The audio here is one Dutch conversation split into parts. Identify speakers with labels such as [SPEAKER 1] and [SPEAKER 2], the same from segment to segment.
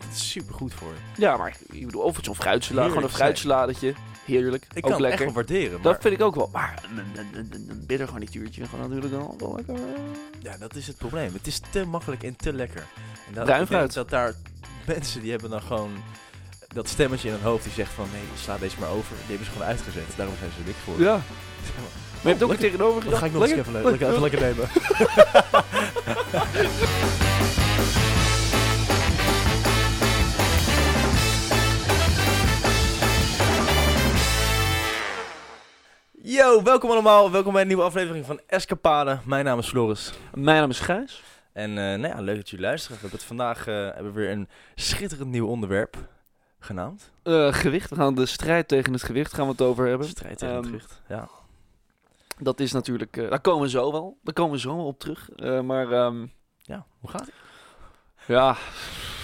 [SPEAKER 1] echt super goed voor.
[SPEAKER 2] Ja, maar ik bedoel, of het zo'n fruitsela,
[SPEAKER 1] Heerlijk
[SPEAKER 2] gewoon een
[SPEAKER 1] zeg.
[SPEAKER 2] fruitsaladetje. Heerlijk.
[SPEAKER 1] Ik kan
[SPEAKER 2] ook
[SPEAKER 1] het echt
[SPEAKER 2] lekker.
[SPEAKER 1] wel waarderen. Maar
[SPEAKER 2] dat vind ik ook wel. Maar een, een, een, een, een bittergarnituurtje gewoon natuurlijk dan ook wel lekker.
[SPEAKER 1] ja, dat is het probleem. Het is te makkelijk en te lekker. En dat,
[SPEAKER 2] Bruin
[SPEAKER 1] ik denk
[SPEAKER 2] fruit.
[SPEAKER 1] Dat daar mensen die hebben dan gewoon dat stemmetje in hun hoofd die zegt van nee, sla deze maar over. Die hebben ze gewoon uitgezet. Daarom zijn ze er niks voor.
[SPEAKER 2] Ja. Maar je hebt ook
[SPEAKER 1] Oh, lekker.
[SPEAKER 2] het tegenover
[SPEAKER 1] Dat
[SPEAKER 2] gedacht.
[SPEAKER 1] ga ik nog eens even, lekker, even lekker nemen. Yo, welkom allemaal. Welkom bij een nieuwe aflevering van Escapade. Mijn naam is Floris.
[SPEAKER 2] Mijn naam is Gijs.
[SPEAKER 1] En eh, nou ja, leuk dat jullie luisteren. We hebben het vandaag eh, hebben we weer een schitterend nieuw onderwerp genaamd.
[SPEAKER 2] Eh, gewicht. We gaan de strijd tegen het gewicht gaan we het over hebben.
[SPEAKER 1] Strijd tegen het
[SPEAKER 2] Ehm,
[SPEAKER 1] gewicht. Ja.
[SPEAKER 2] Dat is natuurlijk. eh, daar komen we zo wel. Daar komen we zo wel op terug. Eh, maar ehm,
[SPEAKER 1] ja, hoe gaat het?
[SPEAKER 2] ja.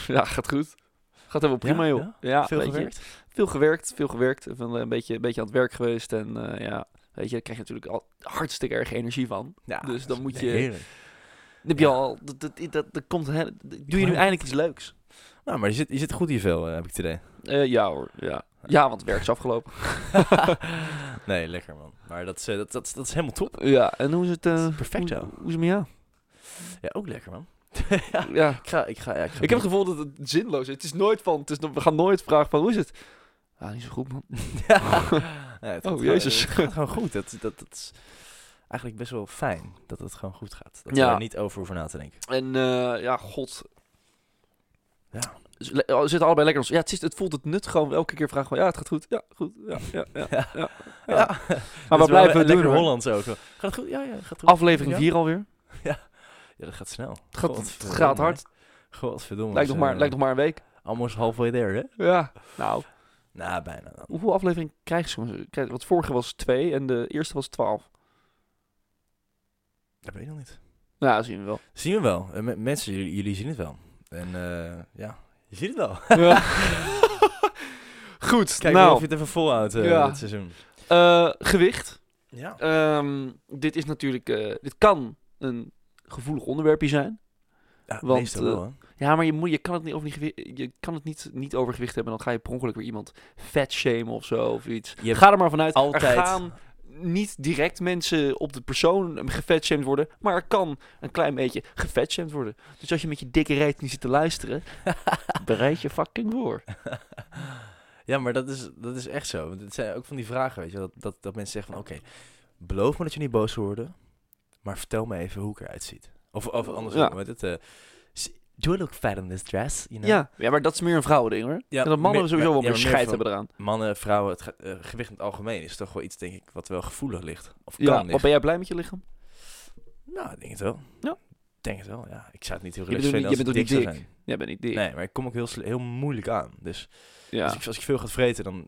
[SPEAKER 2] ja, gaat goed. Gaat helemaal
[SPEAKER 1] Ja,
[SPEAKER 2] prima, joh.
[SPEAKER 1] ja.
[SPEAKER 2] Ja,
[SPEAKER 1] Veel
[SPEAKER 2] weet je.
[SPEAKER 1] gewerkt?
[SPEAKER 2] veel gewerkt, veel gewerkt. Even een beetje, een beetje aan het werk geweest. En eh, ja, weet je, daar krijg je natuurlijk al hartstikke erg energie van.
[SPEAKER 1] Ja,
[SPEAKER 2] Dus dan moet je-
[SPEAKER 1] Heerlijk.
[SPEAKER 2] Dan heb je al, dat, dat, dat, dat komt, hè, doe je nu
[SPEAKER 1] Ja.
[SPEAKER 2] eindelijk iets leuks?
[SPEAKER 1] Nou, maar je zit, je zit goed in je vel, eh, heb ik het idee.
[SPEAKER 2] Eh, ja hoor, ja. Ja, want het werk is afgelopen.
[SPEAKER 1] nee, lekker man. Maar dat is, eh, dat, dat, is- dat is helemaal top.
[SPEAKER 2] Ja, en hoe is het? eh,
[SPEAKER 1] Dat is perfect,
[SPEAKER 2] hoe,
[SPEAKER 1] ja.
[SPEAKER 2] hoe is het met jou?
[SPEAKER 1] Ja, ook lekker man.
[SPEAKER 2] Ja.
[SPEAKER 1] Ik ga, ik ga, ja, ik ga
[SPEAKER 2] Ik heb het gevoel dat het zinloos is. Het is nooit van, het is, no- we gaan nooit vragen van hoe is het? Ah, niet zo goed man.
[SPEAKER 1] ja. Nee, het
[SPEAKER 2] Oh,
[SPEAKER 1] gaat gewoon-
[SPEAKER 2] jezus.
[SPEAKER 1] Het gaat gewoon goed. Dat, dat, dat is eigenlijk best wel fijn dat het gewoon goed gaat. Dat
[SPEAKER 2] Ja.
[SPEAKER 1] we er niet over hoeven na te denken.
[SPEAKER 2] En eh, ja, god.
[SPEAKER 1] Ja.
[SPEAKER 2] Ze le- oh, ze zitten allebei lekker. Ja, het, is, het voelt het nut gewoon elke keer vragen van ja, het gaat goed. Ja, goed. Ja, ja, ja.
[SPEAKER 1] Ja.
[SPEAKER 2] ja.
[SPEAKER 1] Ja.
[SPEAKER 2] Ja. Maar we
[SPEAKER 1] Dat is wel
[SPEAKER 2] blijven het
[SPEAKER 1] le-
[SPEAKER 2] doen.
[SPEAKER 1] lekker
[SPEAKER 2] hoor.
[SPEAKER 1] Hollands ook. Gaat het goed? Ja, ja, gaat goed.
[SPEAKER 2] Aflevering
[SPEAKER 1] Ja.
[SPEAKER 2] 4 alweer.
[SPEAKER 1] Oh, Ja, dat gaat snel.
[SPEAKER 2] Het gaat, het
[SPEAKER 1] Godverdomme,
[SPEAKER 2] gaat hard.
[SPEAKER 1] hè. Godverdomme.
[SPEAKER 2] Lijkt nog, maar,
[SPEAKER 1] Eh,
[SPEAKER 2] lijkt nog maar een week.
[SPEAKER 1] Almost halfway there, hè?
[SPEAKER 2] Ja. Nou,
[SPEAKER 1] Nou, bijna. dan.
[SPEAKER 2] hoeveel afleveringen krijgen ze? Krijg- Want vorige was 2 en de eerste was 12.
[SPEAKER 1] Dat weet ik nog niet.
[SPEAKER 2] Nou, dat zien we wel.
[SPEAKER 1] Zien we wel. Eh, me- mensen, jullie, jullie zien het wel. En eh, ja, je ziet het wel.
[SPEAKER 2] Ja. Goed,
[SPEAKER 1] Kijk of
[SPEAKER 2] nou,
[SPEAKER 1] je het even volhoudt eh,
[SPEAKER 2] Ja.
[SPEAKER 1] dit seizoen.
[SPEAKER 2] eh, gewicht.
[SPEAKER 1] Ja.
[SPEAKER 2] Ehm, dit is natuurlijk, eh, dit kan een gevoelig onderwerpje zijn. want, eh,
[SPEAKER 1] meestal wel, hè.
[SPEAKER 2] Ja, maar je, moet, je kan het, niet over, die gewi- je kan het niet, niet over gewicht hebben. Dan ga je per ongeluk weer iemand vet shamen of zo. Of iets.
[SPEAKER 1] Je hebt
[SPEAKER 2] Ga er maar vanuit.
[SPEAKER 1] altijd-
[SPEAKER 2] Er gaan niet direct mensen op de persoon gefatshamed worden. Maar er kan een klein beetje gefatshamed worden. Dus als je met je dikke reet niet zit te luisteren. bereid je fucking voor.
[SPEAKER 1] Ja, maar dat is, dat is echt zo. Want het zijn ook van die vragen, weet je. Dat, dat, dat mensen zeggen van, oké, beloof me dat je niet boos wil worden. Maar vertel me even hoe ik eruit ziet. Of, of andersom,
[SPEAKER 2] Ja.
[SPEAKER 1] weet het. eh, s- do I look fat in this dress? You know?
[SPEAKER 2] Ja. ja, maar dat is meer een vrouwending hoor.
[SPEAKER 1] Ja,
[SPEAKER 2] en dat mannen
[SPEAKER 1] meer-
[SPEAKER 2] sowieso wel
[SPEAKER 1] ja,
[SPEAKER 2] meer
[SPEAKER 1] maar meer
[SPEAKER 2] scheid
[SPEAKER 1] van-
[SPEAKER 2] hebben eraan.
[SPEAKER 1] Mannen, vrouwen, het ge- eh, gewicht in het algemeen is toch wel iets, denk ik, wat wel gevoelig ligt. Of kan
[SPEAKER 2] Ja,
[SPEAKER 1] liggen.
[SPEAKER 2] wat ben jij blij met je lichaam?
[SPEAKER 1] Nou, ik denk het wel.
[SPEAKER 2] Ja.
[SPEAKER 1] Ik denk het wel, ja. Ik zou het niet heel
[SPEAKER 2] Je
[SPEAKER 1] relaxed
[SPEAKER 2] bent
[SPEAKER 1] vinden als
[SPEAKER 2] ook niet-
[SPEAKER 1] ik
[SPEAKER 2] je
[SPEAKER 1] dik
[SPEAKER 2] bent ook
[SPEAKER 1] zou zijn.
[SPEAKER 2] niet Jij bent niet dik.
[SPEAKER 1] Nee, maar ik kom ook heel, sle- heel moeilijk aan. Dus
[SPEAKER 2] Ja.
[SPEAKER 1] als, ik, als ik veel ga vreten, dan,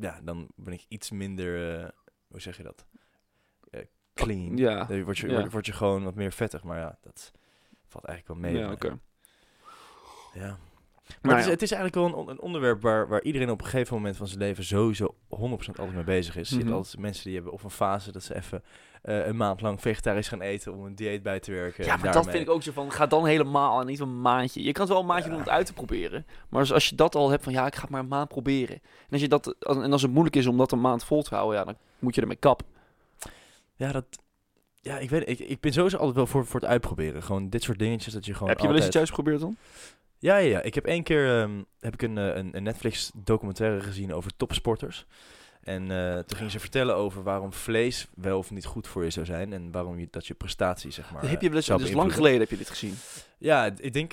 [SPEAKER 1] ja, dan ben ik iets minder... eh, hoe zeg je dat? Eh, clean.
[SPEAKER 2] ja.
[SPEAKER 1] Dan word je,
[SPEAKER 2] Ja.
[SPEAKER 1] word, word je gewoon wat meer vettig. Maar ja, dat valt eigenlijk wel mee.
[SPEAKER 2] ja,
[SPEAKER 1] Maar-
[SPEAKER 2] oké.
[SPEAKER 1] ja. Maar
[SPEAKER 2] Nou
[SPEAKER 1] het, is,
[SPEAKER 2] ja.
[SPEAKER 1] het is eigenlijk wel een, on- een onderwerp waar, waar iedereen op een gegeven moment van zijn leven sowieso 100% altijd mee bezig is. Je
[SPEAKER 2] Mhm.
[SPEAKER 1] hebt altijd mensen die hebben of een fase dat ze even eh, een maand lang vegetarisch gaan eten om een dieet bij te werken.
[SPEAKER 2] Ja,
[SPEAKER 1] en
[SPEAKER 2] maar dat
[SPEAKER 1] daarmee-
[SPEAKER 2] vind ik ook zo van, ga dan helemaal en niet een maandje. Je kan het wel een maandje
[SPEAKER 1] Ja.
[SPEAKER 2] doen om het uit te proberen. Maar als, als je dat al hebt van, ja, ik ga het maar een maand proberen. En als, je dat, als- en als het moeilijk is om dat een maand vol te houden, ja, dan moet je ermee kap.
[SPEAKER 1] Ja, dat... Ja, ik weet ik, ik ben sowieso altijd wel voor, voor het uitproberen. Gewoon dit soort dingetjes dat je gewoon
[SPEAKER 2] Heb je wel eens
[SPEAKER 1] altijd-
[SPEAKER 2] iets uitgeprobeerd dan?
[SPEAKER 1] Ja, ja, ja. Ik heb één keer ehm, heb ik een, eh, een, een Netflix documentaire gezien over topsporters. En eh, toen ging ze vertellen over waarom vlees wel of niet goed voor je zou zijn. En waarom je, dat je prestatie, zeg maar...
[SPEAKER 2] heb je wel eens,
[SPEAKER 1] zou
[SPEAKER 2] dus lang
[SPEAKER 1] beïnvloeden.
[SPEAKER 2] geleden heb je dit gezien.
[SPEAKER 1] Ja, d- ik denk...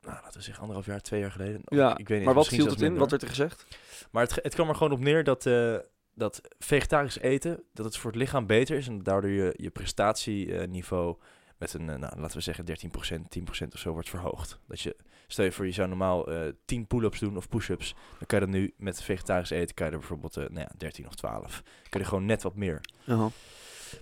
[SPEAKER 1] Nou, laten we zeggen anderhalf jaar, twee jaar geleden. Of
[SPEAKER 2] Ja,
[SPEAKER 1] ik, ik weet niet,
[SPEAKER 2] maar wat
[SPEAKER 1] misschien
[SPEAKER 2] viel het
[SPEAKER 1] zelfs
[SPEAKER 2] in?
[SPEAKER 1] minder.
[SPEAKER 2] Wat werd er gezegd?
[SPEAKER 1] Maar het, ge- het kwam er gewoon op neer dat, eh, dat vegetarisch eten, dat het voor het lichaam beter is. En daardoor je, je prestatieniveau met een, eh, nou, laten we zeggen 13%, 10% of zo wordt verhoogd. Dat je, stel je voor, je zou normaal eh 10 pull-ups doen of push-ups. Dan kan je dat nu met vegetarisch eten, kan je er bijvoorbeeld eh, nou ja, 13 of 12. Kan je gewoon net wat meer.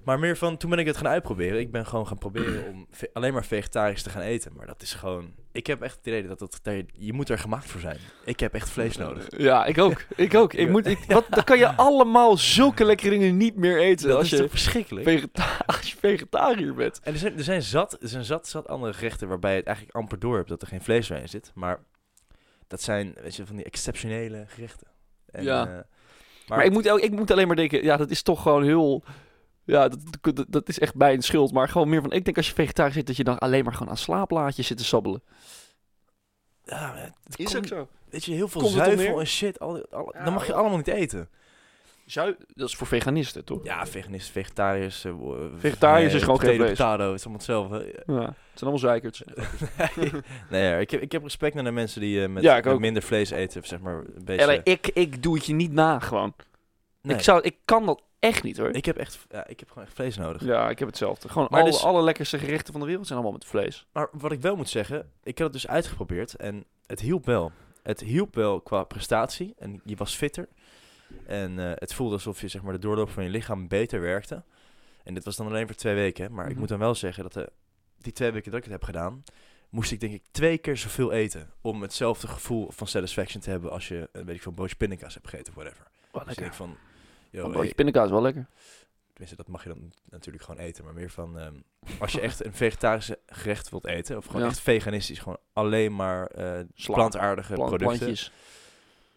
[SPEAKER 1] Maar meer van, toen ben ik het gaan uitproberen. Ik ben gewoon gaan proberen om ve- alleen maar vegetarisch te gaan eten. Maar dat is gewoon, ik heb echt het idee dat, dat, dat je, je moet er gemaakt voor zijn. Ik heb echt vlees nodig.
[SPEAKER 2] Ja, ik ook. Ik ook. Ik
[SPEAKER 1] Ja.
[SPEAKER 2] moet, ik, wat, dan kan je allemaal zulke lekkere dingen niet meer eten
[SPEAKER 1] Dat
[SPEAKER 2] als,
[SPEAKER 1] is
[SPEAKER 2] je
[SPEAKER 1] toch verschrikkelijk?
[SPEAKER 2] vegeta- als je vegetariër bent.
[SPEAKER 1] En er zijn, er zijn, zat, er zijn zat, zat andere gerechten waarbij je het eigenlijk amper door hebt dat er geen vlees meer in zit. Maar Dat zijn, weet je, van die exceptionele gerechten. En,
[SPEAKER 2] Ja.
[SPEAKER 1] eh,
[SPEAKER 2] Maar,
[SPEAKER 1] maar
[SPEAKER 2] ik, moet, el- ik moet alleen maar denken, ja, dat is toch gewoon heel... Ja, dat, dat, dat is echt mijn schuld. Maar gewoon meer van, ik denk als je vegetarisch zit, dat je dan alleen maar gewoon aan slaaplaatjes zit te sabbelen.
[SPEAKER 1] ja, maar het
[SPEAKER 2] Is
[SPEAKER 1] komt-
[SPEAKER 2] ook zo.
[SPEAKER 1] Weet je, heel veel
[SPEAKER 2] Komt het om neer?
[SPEAKER 1] zuivel en shit. Al, die- al-
[SPEAKER 2] Ja,
[SPEAKER 1] dat mag je
[SPEAKER 2] wel.
[SPEAKER 1] allemaal niet eten.
[SPEAKER 2] Zui- dat is voor veganisten, toch?
[SPEAKER 1] Ja, veganisten, vegetariërs. eh, wo-
[SPEAKER 2] Vegetariërs
[SPEAKER 1] eh,
[SPEAKER 2] is gewoon geen
[SPEAKER 1] potato,
[SPEAKER 2] vlees.
[SPEAKER 1] potato, het is allemaal hetzelfde.
[SPEAKER 2] Ja, het zijn allemaal zeikerts.
[SPEAKER 1] nee, nee, ja, ik, heb, ik heb respect naar de mensen die eh, met,
[SPEAKER 2] Ja, ik
[SPEAKER 1] met
[SPEAKER 2] ook.
[SPEAKER 1] minder vlees eten. of Zeg maar, een beetje,
[SPEAKER 2] Ellen, ik, ik doe het je niet na, gewoon.
[SPEAKER 1] Nee,
[SPEAKER 2] Ik, zou, ik kan dat echt niet, hoor.
[SPEAKER 1] ik heb echt, ja, ik heb gewoon echt vlees nodig.
[SPEAKER 2] Ja, ik heb hetzelfde. Gewoon
[SPEAKER 1] Maar
[SPEAKER 2] alle,
[SPEAKER 1] dus-
[SPEAKER 2] alle lekkerste gerechten van de wereld zijn allemaal met vlees.
[SPEAKER 1] Maar wat ik wel moet zeggen, ik heb het dus uitgeprobeerd en het hielp wel. Het hielp wel qua prestatie en je was fitter. En eh, het voelde alsof je zeg maar, de doorloop van je lichaam beter werkte. En dit was dan alleen voor twee weken. hè. Maar ik
[SPEAKER 2] Mhm.
[SPEAKER 1] moet dan wel zeggen dat de, die twee weken dat ik het heb gedaan, moest ik denk ik twee keer zoveel eten. Om hetzelfde gevoel van satisfaction te hebben als je, eh, weet ik veel, een broodje pindakaas hebt gegeten of whatever.
[SPEAKER 2] Wat
[SPEAKER 1] Dus ik denk van,
[SPEAKER 2] Een
[SPEAKER 1] yo, hey,
[SPEAKER 2] broodje Oh, pindakaas is wel lekker.
[SPEAKER 1] tenminste dat mag je dan natuurlijk gewoon eten, maar meer van ehm, als je echt een vegetarische gerecht wilt eten of gewoon
[SPEAKER 2] Ja.
[SPEAKER 1] echt veganistisch, gewoon alleen maar eh
[SPEAKER 2] Sla,
[SPEAKER 1] plantaardige
[SPEAKER 2] Plant-
[SPEAKER 1] producten,
[SPEAKER 2] plantjes.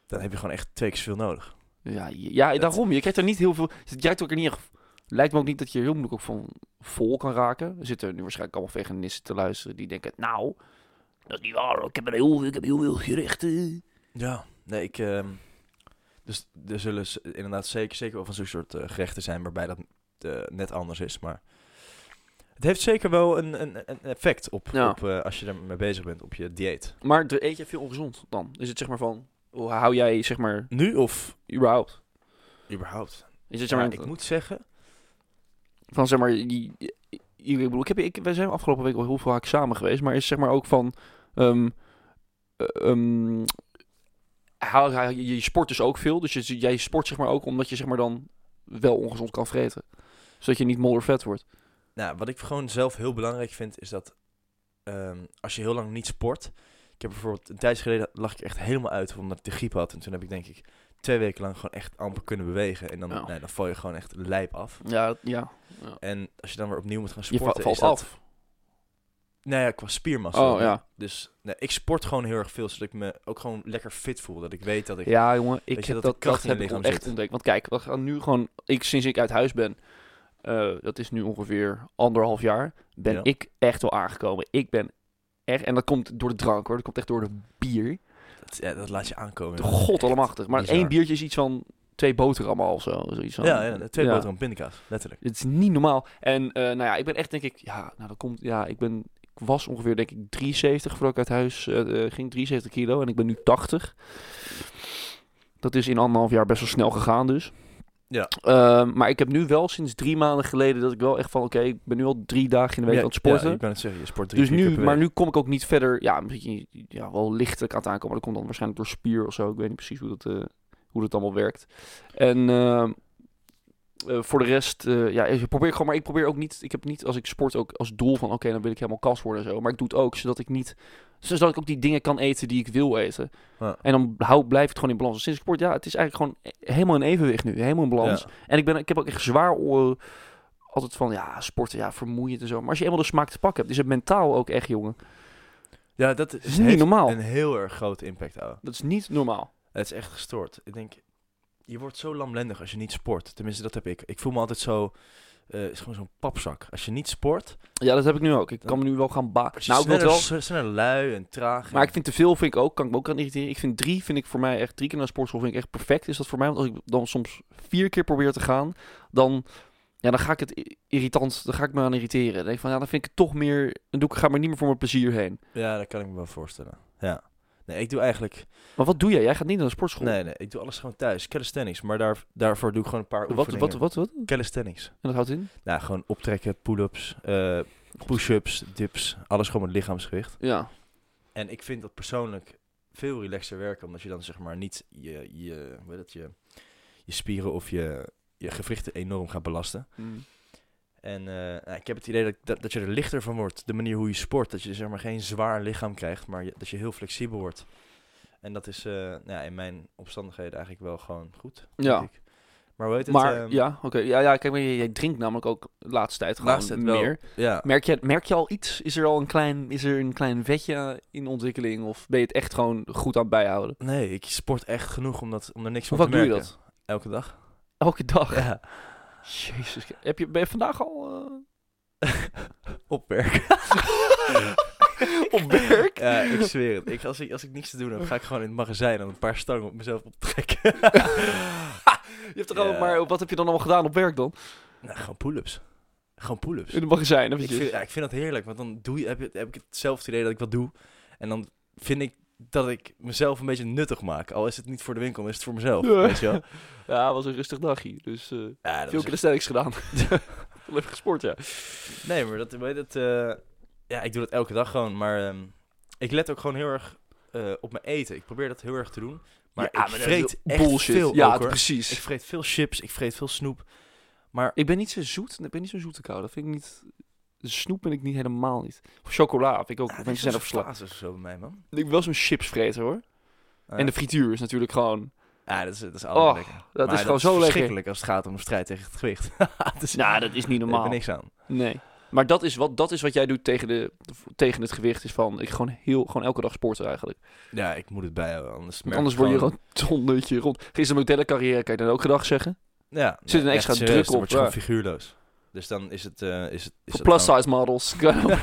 [SPEAKER 1] dan heb je gewoon echt twee keer zoveel nodig.
[SPEAKER 2] Ja, je- ja
[SPEAKER 1] Dat-
[SPEAKER 2] daarom. Je krijgt er niet heel veel... Je krijgt ook er niet echt- Lijkt me ook niet dat je er heel moeilijk ook van vol kan raken. Er zitten nu waarschijnlijk allemaal veganisten te luisteren die denken... Nou, dat is niet waar. hoor. Ik heb, een heel, ik heb heel veel gerechten.
[SPEAKER 1] Ja, nee, ik. ehm, dus er zullen z- inderdaad zeker, zeker wel van zo'n soort eh, gerechten zijn waarbij dat eh, net anders is, maar het heeft zeker wel een, een, een effect op,
[SPEAKER 2] Ja.
[SPEAKER 1] op eh, als je ermee bezig bent op je dieet.
[SPEAKER 2] Maar d- eet je veel ongezond dan? Is het zeg maar van... Hoe hou jij zeg maar
[SPEAKER 1] Nu of
[SPEAKER 2] überhaupt?
[SPEAKER 1] überhaupt?
[SPEAKER 2] Is het zeg
[SPEAKER 1] Ja,
[SPEAKER 2] maar...
[SPEAKER 1] ik moet zeggen,
[SPEAKER 2] van zeg maar, die, die- ik bedoel, ik heb, ik, wij zijn afgelopen week al heel vaak samen geweest, maar is zeg maar ook van, ehm, eh, ehm, hou- hou- je, je sport dus ook veel, dus je, jij sport zeg maar ook omdat je zeg maar dan wel ongezond kan vreten, zodat je niet moddervet wordt.
[SPEAKER 1] Nou, wat ik gewoon zelf heel belangrijk vind, is dat ehm, als je heel lang niet sport. Ik heb bijvoorbeeld een tijdje geleden lag ik echt helemaal uit omdat ik de griep had. En toen heb ik denk ik twee weken lang gewoon echt amper kunnen bewegen. En dan,
[SPEAKER 2] Ja.
[SPEAKER 1] nee, dan val je gewoon echt lijp af.
[SPEAKER 2] Ja, ja.
[SPEAKER 1] En als je dan weer opnieuw moet gaan
[SPEAKER 2] Mm. Je va-
[SPEAKER 1] sporten,
[SPEAKER 2] valt
[SPEAKER 1] is dat-
[SPEAKER 2] af.
[SPEAKER 1] Nou ja, qua spiermassa.
[SPEAKER 2] Oh ja.
[SPEAKER 1] Dus nee, ik sport gewoon heel erg veel, zodat ik me ook gewoon lekker fit voel. Dat ik weet dat ik...
[SPEAKER 2] Ja, jongen, ik
[SPEAKER 1] Weet je
[SPEAKER 2] heb
[SPEAKER 1] dat
[SPEAKER 2] dat,
[SPEAKER 1] de kracht
[SPEAKER 2] dat
[SPEAKER 1] in je
[SPEAKER 2] heb ik
[SPEAKER 1] lichaam
[SPEAKER 2] echt
[SPEAKER 1] zit?
[SPEAKER 2] ontdekt. Want kijk, we gaan nu gewoon, ik, sinds ik uit huis ben, eh, dat is nu ongeveer anderhalf jaar, ben
[SPEAKER 1] Ja.
[SPEAKER 2] ik echt wel aangekomen. Ik ben echt, en dat komt door de drank hoor, dat komt echt door de bier.
[SPEAKER 1] Dat, ja, dat laat je aankomen.
[SPEAKER 2] God allemachtig. Maar
[SPEAKER 1] bizar.
[SPEAKER 2] één biertje is iets van twee boterhammen of zo. Zoiets van,
[SPEAKER 1] Ja, ja, twee boterham pindakaas, letterlijk.
[SPEAKER 2] Het is niet normaal. En eh, nou ja, ik ben echt denk ik, ja, nou dat komt, ja, ik ben, ik was ongeveer denk ik 73 voordat ik uit huis eh, eh, ging, 73 kilo en ik ben nu 80. Dat is in anderhalf jaar best wel snel gegaan dus.
[SPEAKER 1] Ja.
[SPEAKER 2] Ehm, maar ik heb nu wel sinds drie maanden geleden dat ik wel echt van, oké, ik ben nu al drie dagen in de week
[SPEAKER 1] Ja,
[SPEAKER 2] aan het sporten.
[SPEAKER 1] Ja, ik ben het zeggen, je sport drie
[SPEAKER 2] Dus
[SPEAKER 1] vier keer
[SPEAKER 2] nu,
[SPEAKER 1] per
[SPEAKER 2] maar
[SPEAKER 1] week.
[SPEAKER 2] nu kom ik ook niet verder. Ja, misschien ja, wel lichtelijk aan het aankomen. Maar dat komt dan waarschijnlijk door spier of zo. Ik weet niet precies hoe dat, eh, hoe dat allemaal werkt. En ehm, eh, voor de rest, eh, ja, ik probeer gewoon. Maar ik probeer ook niet. Ik heb niet als ik sport ook als doel van oké, dan wil ik helemaal kas worden en zo. Maar ik doe het ook zodat ik niet. Zodat ik ook die dingen kan eten die ik wil eten.
[SPEAKER 1] Ja.
[SPEAKER 2] En dan hou, blijft het gewoon in balans. Sinds ik sport, ja, het is eigenlijk gewoon he- helemaal in evenwicht nu. Helemaal in balans.
[SPEAKER 1] Ja.
[SPEAKER 2] En ik, ben, ik heb ook echt zwaar eh, altijd van, ja, sporten, ja, vermoeiend en zo. Maar als je eenmaal de smaak te pakken hebt, is het mentaal ook echt, jongen.
[SPEAKER 1] Ja, dat is,
[SPEAKER 2] is niet normaal.
[SPEAKER 1] een heel erg grote impact, ouwe.
[SPEAKER 2] Dat is niet normaal.
[SPEAKER 1] Het is echt gestoord. Ik denk, je wordt zo lamlendig als je niet sport. Tenminste, dat heb ik. Ik voel me altijd zo, eh, is gewoon zo'n papzak. Als je niet sport,
[SPEAKER 2] Ja, dat heb ik nu ook. Ik
[SPEAKER 1] Dan-
[SPEAKER 2] kan me nu wel gaan ba.
[SPEAKER 1] word je
[SPEAKER 2] Nou, ik wil
[SPEAKER 1] sneller,
[SPEAKER 2] het wel.
[SPEAKER 1] s- sneller lui en traag.
[SPEAKER 2] Maar
[SPEAKER 1] en-
[SPEAKER 2] ik vind te veel, vind ik ook, kan ik me ook aan irriteren. Ik vind drie, vind ik voor mij echt, drie keer naar de sportschool vind ik echt perfect. Is dat voor mij, want als ik dan soms vier keer probeer te gaan, dan, ja, dan ga ik het i- irritant, dan ga ik me aan irriteren. Dan denk ik van, ja, dan vind ik het toch meer, dan doe ik, ga maar niet meer voor mijn plezier heen.
[SPEAKER 1] Ja, dat kan ik me wel voorstellen. Ja. Nee, ik doe eigenlijk...
[SPEAKER 2] Maar wat doe jij? Jij gaat niet naar de sportschool.
[SPEAKER 1] Nee, nee, ik doe alles gewoon thuis. Calisthenics. Maar daar, daarvoor doe ik gewoon een paar
[SPEAKER 2] Wat,
[SPEAKER 1] oefeningen.
[SPEAKER 2] wat, wat, wat? En
[SPEAKER 1] Calisthenics.
[SPEAKER 2] dat houdt in?
[SPEAKER 1] Nou, gewoon optrekken, pull-ups, eh, push-ups, dips. Alles gewoon met lichaamsgewicht.
[SPEAKER 2] Ja.
[SPEAKER 1] En ik vind dat persoonlijk veel relaxer werken, omdat je dan zeg maar niet je, je, hoe heet het, je, je spieren of je, je gewrichten enorm gaat belasten.
[SPEAKER 2] Hmm.
[SPEAKER 1] En eh, nou, ik heb het idee dat, dat, dat je er lichter van wordt, de manier hoe je sport. Dat je zeg maar geen zwaar lichaam krijgt, maar je- dat je heel flexibel wordt. En dat is eh, nou ja, in mijn omstandigheden eigenlijk wel gewoon goed. denk
[SPEAKER 2] Ja.
[SPEAKER 1] ik. Maar hoe heet het?
[SPEAKER 2] Maar
[SPEAKER 1] ehm,
[SPEAKER 2] ja, oké. Ja, ja, kijk, maar jij, jij drinkt namelijk ook de laatste tijd gewoon
[SPEAKER 1] Laatste tijd wel.
[SPEAKER 2] meer.
[SPEAKER 1] ja.
[SPEAKER 2] Merk je, merk je al iets? Is er al een klein, is er een klein vetje in ontwikkeling? Of ben je het echt gewoon goed aan het bijhouden?
[SPEAKER 1] Nee, ik sport echt genoeg om, dat, om er niks
[SPEAKER 2] Hoe
[SPEAKER 1] van
[SPEAKER 2] vaak
[SPEAKER 1] te
[SPEAKER 2] doe je
[SPEAKER 1] merken.
[SPEAKER 2] dat?
[SPEAKER 1] Elke dag.
[SPEAKER 2] Elke dag?
[SPEAKER 1] Ja.
[SPEAKER 2] Jezus. Heb je, ben je vandaag al eh,
[SPEAKER 1] Opwerken.
[SPEAKER 2] op werk?
[SPEAKER 1] Ja, ik zweer het. Ik, als, ik, als ik niks te doen heb, ga ik gewoon in het magazijn aan een paar stangen op mezelf optrekken.
[SPEAKER 2] je hebt er al,
[SPEAKER 1] Ja.
[SPEAKER 2] maar wat heb je dan allemaal gedaan op werk dan?
[SPEAKER 1] nou, gewoon pull-ups. Gewoon pull-ups.
[SPEAKER 2] In het magazijn,
[SPEAKER 1] Ik
[SPEAKER 2] eventjes.
[SPEAKER 1] vind, ja, ik vind dat heerlijk, want dan doe je, heb, je, heb ik hetzelfde idee dat ik wat doe. En dan vind ik dat ik mezelf een beetje nuttig maak. Al is het niet voor de winkel, dan is het voor mezelf.
[SPEAKER 2] Ja.
[SPEAKER 1] Weet je wel?
[SPEAKER 2] Ja, het was een rustig dagje. Dus eh
[SPEAKER 1] Ja, dat
[SPEAKER 2] veel
[SPEAKER 1] is-
[SPEAKER 2] calisthenics gedaan. Wel even gesport, ja.
[SPEAKER 1] Nee, maar dat, weet het, eh, ja, ik doe dat elke dag gewoon. Maar ehm, ik let ook gewoon heel erg eh, op mijn eten. Ik probeer dat heel erg te doen. Maar
[SPEAKER 2] Ja,
[SPEAKER 1] ik
[SPEAKER 2] maar dat is
[SPEAKER 1] vreet echt
[SPEAKER 2] bullshit.
[SPEAKER 1] veel
[SPEAKER 2] Ja,
[SPEAKER 1] ook, hoor.
[SPEAKER 2] precies.
[SPEAKER 1] Ik vreet veel chips, ik vreet veel snoep. Ah, Maar
[SPEAKER 2] Ik ben niet zo zoet. Ik ben niet zo zoete kou. Dat vind ik niet. Snoep ben ik niet helemaal niet. Of chocola vind ik ook.
[SPEAKER 1] Ah, dat is
[SPEAKER 2] mensen zijn
[SPEAKER 1] wel
[SPEAKER 2] er
[SPEAKER 1] zo'n
[SPEAKER 2] verslaafd.
[SPEAKER 1] fase of zo bij mij, man.
[SPEAKER 2] Ik ben wel zo'n chipsvreter hoor.
[SPEAKER 1] Ah,
[SPEAKER 2] En de frituur is natuurlijk gewoon.
[SPEAKER 1] ja, dat is, dat is altijd
[SPEAKER 2] Oh,
[SPEAKER 1] lekker. Maar
[SPEAKER 2] Dat is gewoon zo lekker.
[SPEAKER 1] verschrikkelijk als het gaat om de strijd tegen het gewicht. dus,
[SPEAKER 2] Nou, dat is niet
[SPEAKER 1] daar heb
[SPEAKER 2] normaal.
[SPEAKER 1] ik niks aan.
[SPEAKER 2] Nee. Maar dat is, wat, dat is wat jij doet tegen, de, tegen het gewicht. Is van ik gewoon, heel, gewoon elke dag sporten eigenlijk.
[SPEAKER 1] Ja, ik moet het bijhouden, anders
[SPEAKER 2] Want
[SPEAKER 1] merk
[SPEAKER 2] anders
[SPEAKER 1] ik
[SPEAKER 2] word je
[SPEAKER 1] gewoon-
[SPEAKER 2] gewoon tonnetje rond. Gisteren modellencarrière kan je dan ook gedag zeggen.
[SPEAKER 1] Ja,
[SPEAKER 2] zit een
[SPEAKER 1] nee,
[SPEAKER 2] extra
[SPEAKER 1] echt serieus,
[SPEAKER 2] druk
[SPEAKER 1] dan word je
[SPEAKER 2] op,
[SPEAKER 1] gewoon figuurloos. Dus dan is het... eh, is het is
[SPEAKER 2] Voor
[SPEAKER 1] het
[SPEAKER 2] plus
[SPEAKER 1] gewoon-
[SPEAKER 2] size models. Kan-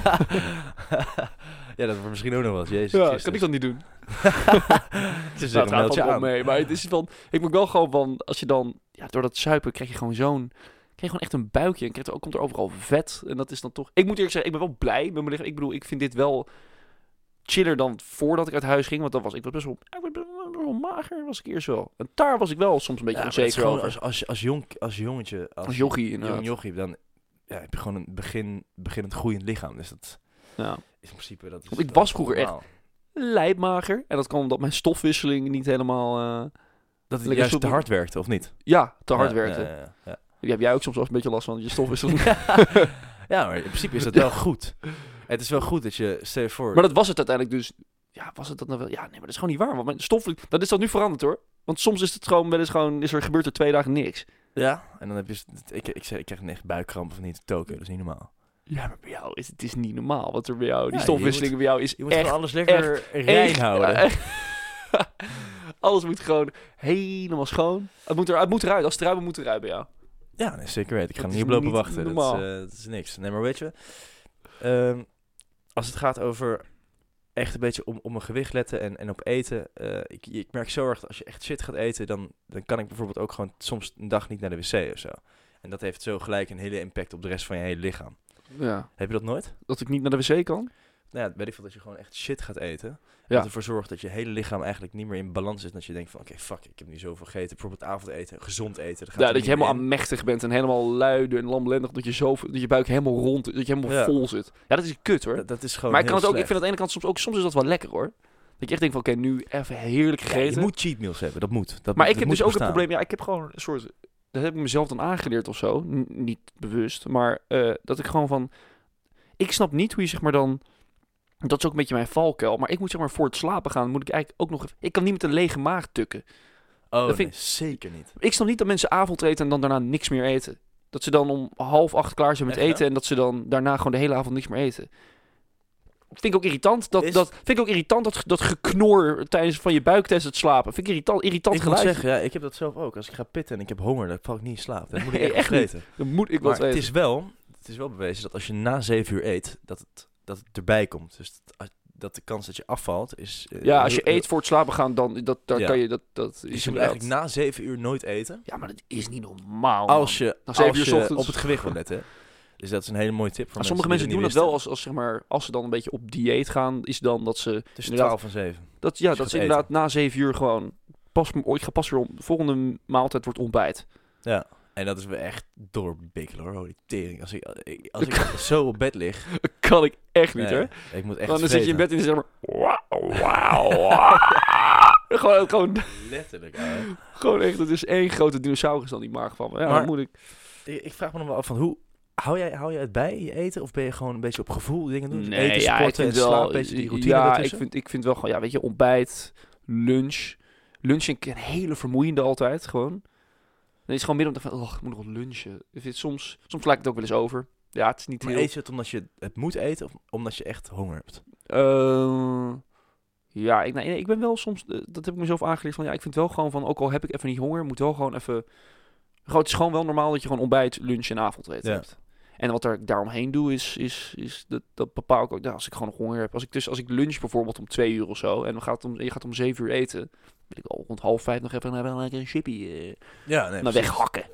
[SPEAKER 1] ja, dat wordt misschien ook nog wat. Jezus
[SPEAKER 2] ja, kan
[SPEAKER 1] Christus.
[SPEAKER 2] ik dat niet doen.
[SPEAKER 1] Ze
[SPEAKER 2] Nou,
[SPEAKER 1] zeggen
[SPEAKER 2] het
[SPEAKER 1] een
[SPEAKER 2] gaat
[SPEAKER 1] mailtje
[SPEAKER 2] gewoon wel
[SPEAKER 1] aan.
[SPEAKER 2] mee. Maar het is van, ik moet wel gewoon van, als je dan, ja, door dat zuipen krijg je gewoon zo'n, krijg je gewoon echt een buikje. En krijg er, komt er overal vet. En dat is dan toch, ik moet eerlijk zeggen, ik ben wel blij met mijn lichaam. Ik bedoel, ik vind dit wel chiller dan voordat ik uit huis ging. Want dan was ik was best wel, ik was best wel- best wel mager, was ik eerst wel. En daar was ik wel soms een beetje
[SPEAKER 1] Ja, maar het is
[SPEAKER 2] onzeker
[SPEAKER 1] gewoon
[SPEAKER 2] over.
[SPEAKER 1] Als, als, je- als, jong, als jongetje, als,
[SPEAKER 2] Als jochie
[SPEAKER 1] jong
[SPEAKER 2] inderdaad.
[SPEAKER 1] jochie, dan ja, heb je gewoon een begin, beginnend groeiend lichaam. Dus dat
[SPEAKER 2] Ja.
[SPEAKER 1] is in principe... Dat is,
[SPEAKER 2] Want ik
[SPEAKER 1] dat
[SPEAKER 2] was
[SPEAKER 1] is
[SPEAKER 2] vroeger echt
[SPEAKER 1] normaal.
[SPEAKER 2] Lijpmager. En dat kwam omdat mijn stofwisseling niet helemaal, eh,
[SPEAKER 1] Dat het
[SPEAKER 2] Lekker
[SPEAKER 1] juist te
[SPEAKER 2] soepel.
[SPEAKER 1] hard werkte, of niet?
[SPEAKER 2] ja, te hard
[SPEAKER 1] Ja,
[SPEAKER 2] werkte.
[SPEAKER 1] Ja, ja, ja.
[SPEAKER 2] Die heb jij ook soms wel een beetje last van, dat je stofwisseling.
[SPEAKER 1] Ja, maar in principe is dat wel goed. Het is wel goed dat je... Stel je voor...
[SPEAKER 2] Maar dat was het uiteindelijk dus. Ja, was het dat nou wel? Ja, nee, maar dat is gewoon niet waar. Want mijn stof, dat is dat nu veranderd hoor. Want soms is het gewoon wel eens gewoon, is er gebeurt er twee dagen niks.
[SPEAKER 1] Ja, en dan heb je... s- Ik, ik, zeg ik krijg echt buikkramp of niet token. Dat is niet normaal.
[SPEAKER 2] Ja, maar bij jou is het is niet normaal. Wat er bij jou, die
[SPEAKER 1] Ja,
[SPEAKER 2] stofwisseling bij jou is
[SPEAKER 1] Je moet
[SPEAKER 2] echt,
[SPEAKER 1] gewoon alles lekker rein
[SPEAKER 2] echt-
[SPEAKER 1] houden.
[SPEAKER 2] ja, echt. Alles moet gewoon helemaal schoon. Het moet, er, het moet eruit. Als het eruit moet, moet het eruit bij jou.
[SPEAKER 1] Ja, nee, zeker weten. Ik ga
[SPEAKER 2] Dat
[SPEAKER 1] er
[SPEAKER 2] is
[SPEAKER 1] niet op lopen
[SPEAKER 2] niet
[SPEAKER 1] wachten. Dat is,
[SPEAKER 2] normaal.
[SPEAKER 1] eh, dat is niks. Nee, maar weet je... ehm, als het gaat over echt een beetje om, om mijn gewicht letten en, en op eten. eh, ik, ik merk zo erg dat als je echt shit gaat eten... Dan, dan kan ik bijvoorbeeld ook gewoon soms een dag niet naar de wc of zo. En dat heeft zo gelijk een hele impact op de rest van je hele lichaam.
[SPEAKER 2] Ja.
[SPEAKER 1] Heb je dat nooit?
[SPEAKER 2] Dat ik niet naar de wc kan.
[SPEAKER 1] Nou ja, weet ik veel. Dat je gewoon echt shit gaat eten.
[SPEAKER 2] Ja.
[SPEAKER 1] Dat ervoor zorgt dat je hele lichaam eigenlijk niet meer in balans is. En dat je denkt van, oké, fuck, ik heb nu zoveel gegeten. Bijvoorbeeld avondeten, gezond eten. gaat
[SPEAKER 2] Ja,
[SPEAKER 1] er
[SPEAKER 2] dat
[SPEAKER 1] niet
[SPEAKER 2] je
[SPEAKER 1] meer
[SPEAKER 2] helemaal
[SPEAKER 1] in.
[SPEAKER 2] aanmächtig bent en helemaal luide en lamlendig. Dat je, zo, dat je buik helemaal rond is. Dat je helemaal
[SPEAKER 1] Ja.
[SPEAKER 2] vol zit. Ja, dat is kut hoor.
[SPEAKER 1] Dat, dat is gewoon
[SPEAKER 2] maar ik, kan
[SPEAKER 1] Oh, heel
[SPEAKER 2] het ook,
[SPEAKER 1] slecht.
[SPEAKER 2] ik vind dat aan de ene kant soms ook, soms is dat wel lekker hoor. Dat je echt denkt van, oké, nu even heerlijk
[SPEAKER 1] Ja,
[SPEAKER 2] gegeten.
[SPEAKER 1] je moet cheat meals hebben, dat moet. Dat,
[SPEAKER 2] maar
[SPEAKER 1] moet-
[SPEAKER 2] ik
[SPEAKER 1] dat
[SPEAKER 2] heb
[SPEAKER 1] moet
[SPEAKER 2] dus ook
[SPEAKER 1] bestaan.
[SPEAKER 2] het probleem, ja, ik heb gewoon een soort, dat heb ik mezelf dan aangeleerd of zo. N- niet bewust, maar eh, dat ik gewoon van, ik snap niet hoe je zeg maar dan, dat is ook een beetje mijn valkuil. Maar ik moet zeg maar voor het slapen gaan, moet ik eigenlijk ook nog even, ik kan niet met een lege maag tukken.
[SPEAKER 1] Oh,
[SPEAKER 2] Dat vind
[SPEAKER 1] nee, zeker niet.
[SPEAKER 2] Ik snap niet dat mensen avondeten en dan daarna niks meer eten. Dat ze dan om half acht klaar zijn met
[SPEAKER 1] Echt, hè?
[SPEAKER 2] eten en dat ze dan daarna gewoon de hele avond niks meer eten. Vind ik ook irritant dat,
[SPEAKER 1] Is-
[SPEAKER 2] dat, vind ik ook irritant dat, dat geknor tijdens van je buik tijdens het slapen. Vind ik irritant, irritant
[SPEAKER 1] ik moet
[SPEAKER 2] geluid.
[SPEAKER 1] zeggen, ja, ik heb dat zelf ook. Als ik ga pitten en ik heb honger, dan val ik niet in slaap. Dan moet ik
[SPEAKER 2] Nee,
[SPEAKER 1] echt,
[SPEAKER 2] echt
[SPEAKER 1] wat
[SPEAKER 2] niet.
[SPEAKER 1] eten.
[SPEAKER 2] Dan moet ik
[SPEAKER 1] Maar
[SPEAKER 2] wat
[SPEAKER 1] het
[SPEAKER 2] eten.
[SPEAKER 1] is, wel, het is wel bewezen dat als je na zeven uur eet, dat het, dat het erbij komt. Dus dat, als- dat de kans dat je afvalt is... eh,
[SPEAKER 2] ja, als je
[SPEAKER 1] heel-
[SPEAKER 2] eet voor het slapen gaan, dan dat, daar
[SPEAKER 1] Ja.
[SPEAKER 2] kan je dat. dat
[SPEAKER 1] Dus
[SPEAKER 2] is
[SPEAKER 1] je moet
[SPEAKER 2] inderdaad-
[SPEAKER 1] eigenlijk na zeven uur nooit eten.
[SPEAKER 2] Ja, maar dat is niet normaal.
[SPEAKER 1] als
[SPEAKER 2] man.
[SPEAKER 1] je,
[SPEAKER 2] Na
[SPEAKER 1] als
[SPEAKER 2] zeven uur
[SPEAKER 1] je
[SPEAKER 2] ochtends.
[SPEAKER 1] op het gewicht wil letten. Dus dat is een hele mooie tip voor
[SPEAKER 2] Maar sommige mensen
[SPEAKER 1] die
[SPEAKER 2] doen dat
[SPEAKER 1] niet
[SPEAKER 2] wel als, als, zeg maar, als ze dan een beetje op dieet gaan, is dan dat ze
[SPEAKER 1] wisten. Tussen
[SPEAKER 2] inderdaad-
[SPEAKER 1] 12 Dus en 7.
[SPEAKER 2] Dat, ja,
[SPEAKER 1] je
[SPEAKER 2] dat
[SPEAKER 1] gaat
[SPEAKER 2] is inderdaad na zeven uur gewoon. Pas, m- oh, ik ga pas weer om. De volgende maaltijd wordt ontbijt.
[SPEAKER 1] Ja. En dat is wel echt doorbikkelen hoor. Holy tering. Als ik, als ik zo op bed lig,
[SPEAKER 2] Dat kan ik echt niet,
[SPEAKER 1] Nee,
[SPEAKER 2] hè?
[SPEAKER 1] Ik moet echt
[SPEAKER 2] Dan zit je in
[SPEAKER 1] vreten.
[SPEAKER 2] bed en dan zeg maar... Wauw, wauw, wauw. gewoon, gewoon,
[SPEAKER 1] Letterlijk, ouwe.
[SPEAKER 2] gewoon echt, het is één grote dinosaurus dan die maag van me. Ja,
[SPEAKER 1] Maar-
[SPEAKER 2] dan moet ik...
[SPEAKER 1] Ik, ik vraag me nog wel af van hoe. Hou jij, hou jij het bij je eten? Of ben je gewoon een beetje op gevoel dingen doen? Dus eten,
[SPEAKER 2] ja, ik
[SPEAKER 1] sporten en
[SPEAKER 2] vind wel-
[SPEAKER 1] slaap, een beetje die routine
[SPEAKER 2] Ja, ik
[SPEAKER 1] daartussen?
[SPEAKER 2] vind, ik vind wel gewoon... Ja, weet je, ontbijt, lunch. Lunch vind ik een hele vermoeiende altijd, gewoon. Dan is het gewoon midden van, oh, ik moet nog lunchen. Ik vind Soms, soms sla ik het ook wel eens over. Ja, het is niet
[SPEAKER 1] Maar
[SPEAKER 2] heel...
[SPEAKER 1] eet je het omdat je het moet eten of omdat je echt honger hebt?
[SPEAKER 2] Eh, ja, ik, nee, nee, ik ben wel soms, eh, dat heb ik mezelf aangeleerd van, ja, ik vind wel gewoon van, ook al heb ik even niet honger, moet wel gewoon even, gewoon, het is gewoon wel normaal dat je gewoon ontbijt, lunch en avondeten
[SPEAKER 1] Ja.
[SPEAKER 2] hebt. En wat er daaromheen doe, is, is, is dat, dat bepaal ik ook, nou, als ik gewoon nog honger heb. Als ik dus, als ik lunch bijvoorbeeld om twee uur of zo, en dan gaat het om, je gaat om zeven uur eten, wil ik al rond half vijf nog even, nou, wel lekker een chippy eh,
[SPEAKER 1] Ja, nee.
[SPEAKER 2] naar
[SPEAKER 1] precies.
[SPEAKER 2] weghakken.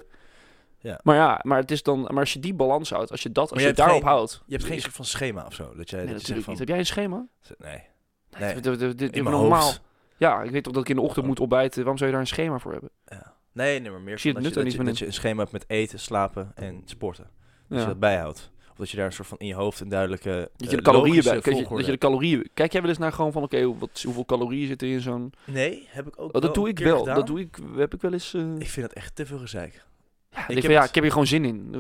[SPEAKER 1] Ja.
[SPEAKER 2] Maar ja, maar het is dan, maar als je die balans houdt, als je dat, als
[SPEAKER 1] je
[SPEAKER 2] je,
[SPEAKER 1] hebt
[SPEAKER 2] daarop
[SPEAKER 1] geen-
[SPEAKER 2] houdt.
[SPEAKER 1] Je hebt geen
[SPEAKER 2] is-
[SPEAKER 1] soort van schema of zo. Dat jij
[SPEAKER 2] Nee,
[SPEAKER 1] dat je zegt
[SPEAKER 2] natuurlijk
[SPEAKER 1] van.
[SPEAKER 2] niet. Heb jij een schema?
[SPEAKER 1] Nee.
[SPEAKER 2] Nee.
[SPEAKER 1] Nee.
[SPEAKER 2] Dit, dit, dit, dit
[SPEAKER 1] In mijn
[SPEAKER 2] normaal.
[SPEAKER 1] hoofd.
[SPEAKER 2] Ja, ik weet toch dat ik in de ochtend moet ontbijten. Waarom zou je daar een schema voor hebben?
[SPEAKER 1] Ja. Nee, nee, maar meer
[SPEAKER 2] Ik zie
[SPEAKER 1] van
[SPEAKER 2] het
[SPEAKER 1] dat, je, dat,
[SPEAKER 2] nut
[SPEAKER 1] je,
[SPEAKER 2] er niet
[SPEAKER 1] dat je een schema hebt met eten, slapen en sporten. Dat
[SPEAKER 2] Ja.
[SPEAKER 1] je dat bijhoudt. Of dat je daar een soort van in je hoofd een duidelijke
[SPEAKER 2] Dat
[SPEAKER 1] eh,
[SPEAKER 2] je de calorieën
[SPEAKER 1] logische
[SPEAKER 2] bij, dat je, dat
[SPEAKER 1] volgorde
[SPEAKER 2] je de calorieën. Kijk jij wel eens naar gewoon van, oké, wat- hoeveel calorieën zitten in zo'n?
[SPEAKER 1] hebt. Nee, heb ik ook
[SPEAKER 2] Oh, dat
[SPEAKER 1] een
[SPEAKER 2] doe ik
[SPEAKER 1] keer
[SPEAKER 2] wel.
[SPEAKER 1] gedaan.
[SPEAKER 2] Dat doe ik. Heb ik wel eens. eh,
[SPEAKER 1] Ik vind dat echt te veel gezeik.
[SPEAKER 2] ja, ik,
[SPEAKER 1] heb
[SPEAKER 2] van, ja,
[SPEAKER 1] het-
[SPEAKER 2] ik heb hier gewoon zin in.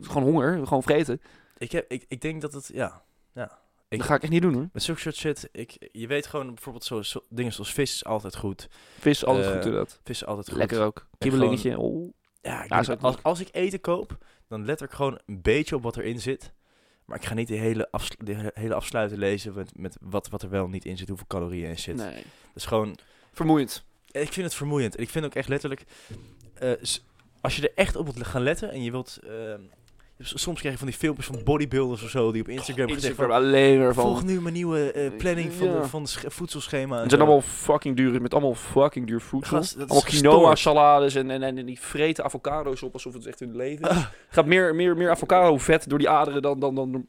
[SPEAKER 2] Gewoon honger, gewoon vreten.
[SPEAKER 1] Ik, heb, ik, ik denk dat het, ja. ja. Ik-
[SPEAKER 2] Dat ga ik echt niet doen, hoor.
[SPEAKER 1] Met zulke soort shit, ik, je weet gewoon bijvoorbeeld zo, zo- dingen zoals vis is altijd goed.
[SPEAKER 2] Vis altijd
[SPEAKER 1] Eh,
[SPEAKER 2] goed inderdaad.
[SPEAKER 1] Vis is altijd goed.
[SPEAKER 2] Lekker ook. Kibbelingetje. oh.
[SPEAKER 1] Ja, ik
[SPEAKER 2] Ja,
[SPEAKER 1] weet
[SPEAKER 2] zou
[SPEAKER 1] niet,
[SPEAKER 2] ik
[SPEAKER 1] als, als ik eten koop, dan let ik gewoon een beetje op wat erin zit. Maar ik ga niet de hele, afslu- de he- hele afsluiten lezen met, met wat, wat er wel niet in zit, hoeveel calorieën in zit.
[SPEAKER 2] Nee.
[SPEAKER 1] Dus gewoon,
[SPEAKER 2] Vermoeiend.
[SPEAKER 1] ik vind het vermoeiend. En ik vind ook echt letterlijk, eh, s- als je er echt op moet gaan letten en je wilt... eh, s- Soms krijg je van die filmpjes van bodybuilders of zo die op Instagram, gezegd
[SPEAKER 2] Instagram
[SPEAKER 1] van,
[SPEAKER 2] alleen maar van.
[SPEAKER 1] volg nu mijn nieuwe eh, planning van,
[SPEAKER 2] Ja.
[SPEAKER 1] de, van het sch- voedselschema. en
[SPEAKER 2] Het
[SPEAKER 1] zo."
[SPEAKER 2] zijn allemaal fucking duur, met allemaal fucking duur voedsel.
[SPEAKER 1] Gast, dat is
[SPEAKER 2] allemaal quinoa
[SPEAKER 1] gestoord.
[SPEAKER 2] salades en, en, en, en die vreten avocado's op alsof het echt hun leven
[SPEAKER 1] Ah.
[SPEAKER 2] is. Gaat meer, meer, meer avocado vet door die aderen dan, dan, dan,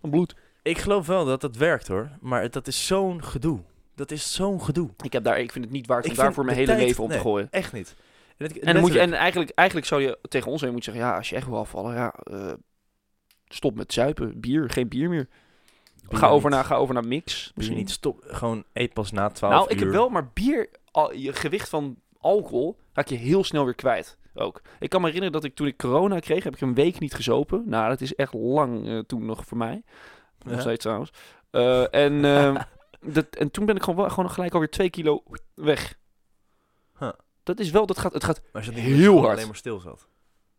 [SPEAKER 2] dan bloed.
[SPEAKER 1] Ik geloof wel dat dat werkt hoor, maar het- dat is zo'n gedoe. Dat is zo'n gedoe.
[SPEAKER 2] Ik, heb daar, ik vind het niet waard om
[SPEAKER 1] Ik
[SPEAKER 2] daar
[SPEAKER 1] vind
[SPEAKER 2] voor mijn
[SPEAKER 1] de
[SPEAKER 2] hele
[SPEAKER 1] tijd-
[SPEAKER 2] leven om
[SPEAKER 1] nee.
[SPEAKER 2] te gooien.
[SPEAKER 1] Echt niet. En, het-
[SPEAKER 2] En, dan moet je,
[SPEAKER 1] letterlijk-
[SPEAKER 2] en eigenlijk, eigenlijk zou je tegen ons heen moeten zeggen, ja, als je echt wil afvallen, ja, eh, stop met zuipen. Bier, geen bier meer. ga,
[SPEAKER 1] Bier
[SPEAKER 2] over
[SPEAKER 1] niet.
[SPEAKER 2] naar, ga over naar mix.
[SPEAKER 1] Misschien
[SPEAKER 2] Misschien
[SPEAKER 1] niet stop. Gewoon eet pas na 12
[SPEAKER 2] Nou,
[SPEAKER 1] uur.
[SPEAKER 2] ik heb wel, maar bier, al, je gewicht van alcohol raak je heel snel weer kwijt. Ook. Ik kan me herinneren dat ik toen ik corona kreeg, heb ik een week niet gezopen. Nou, dat is echt lang eh, toen nog voor mij. Nog
[SPEAKER 1] Ja.
[SPEAKER 2] steeds trouwens. Eh, en, ehm, dat, en toen ben ik gewoon, wel- gewoon gelijk alweer twee kilo weg.
[SPEAKER 1] Huh.
[SPEAKER 2] Dat is wel, dat gaat, het gaat
[SPEAKER 1] Maar is dat
[SPEAKER 2] heel
[SPEAKER 1] dat je gewoon
[SPEAKER 2] hard.
[SPEAKER 1] alleen maar stil zat.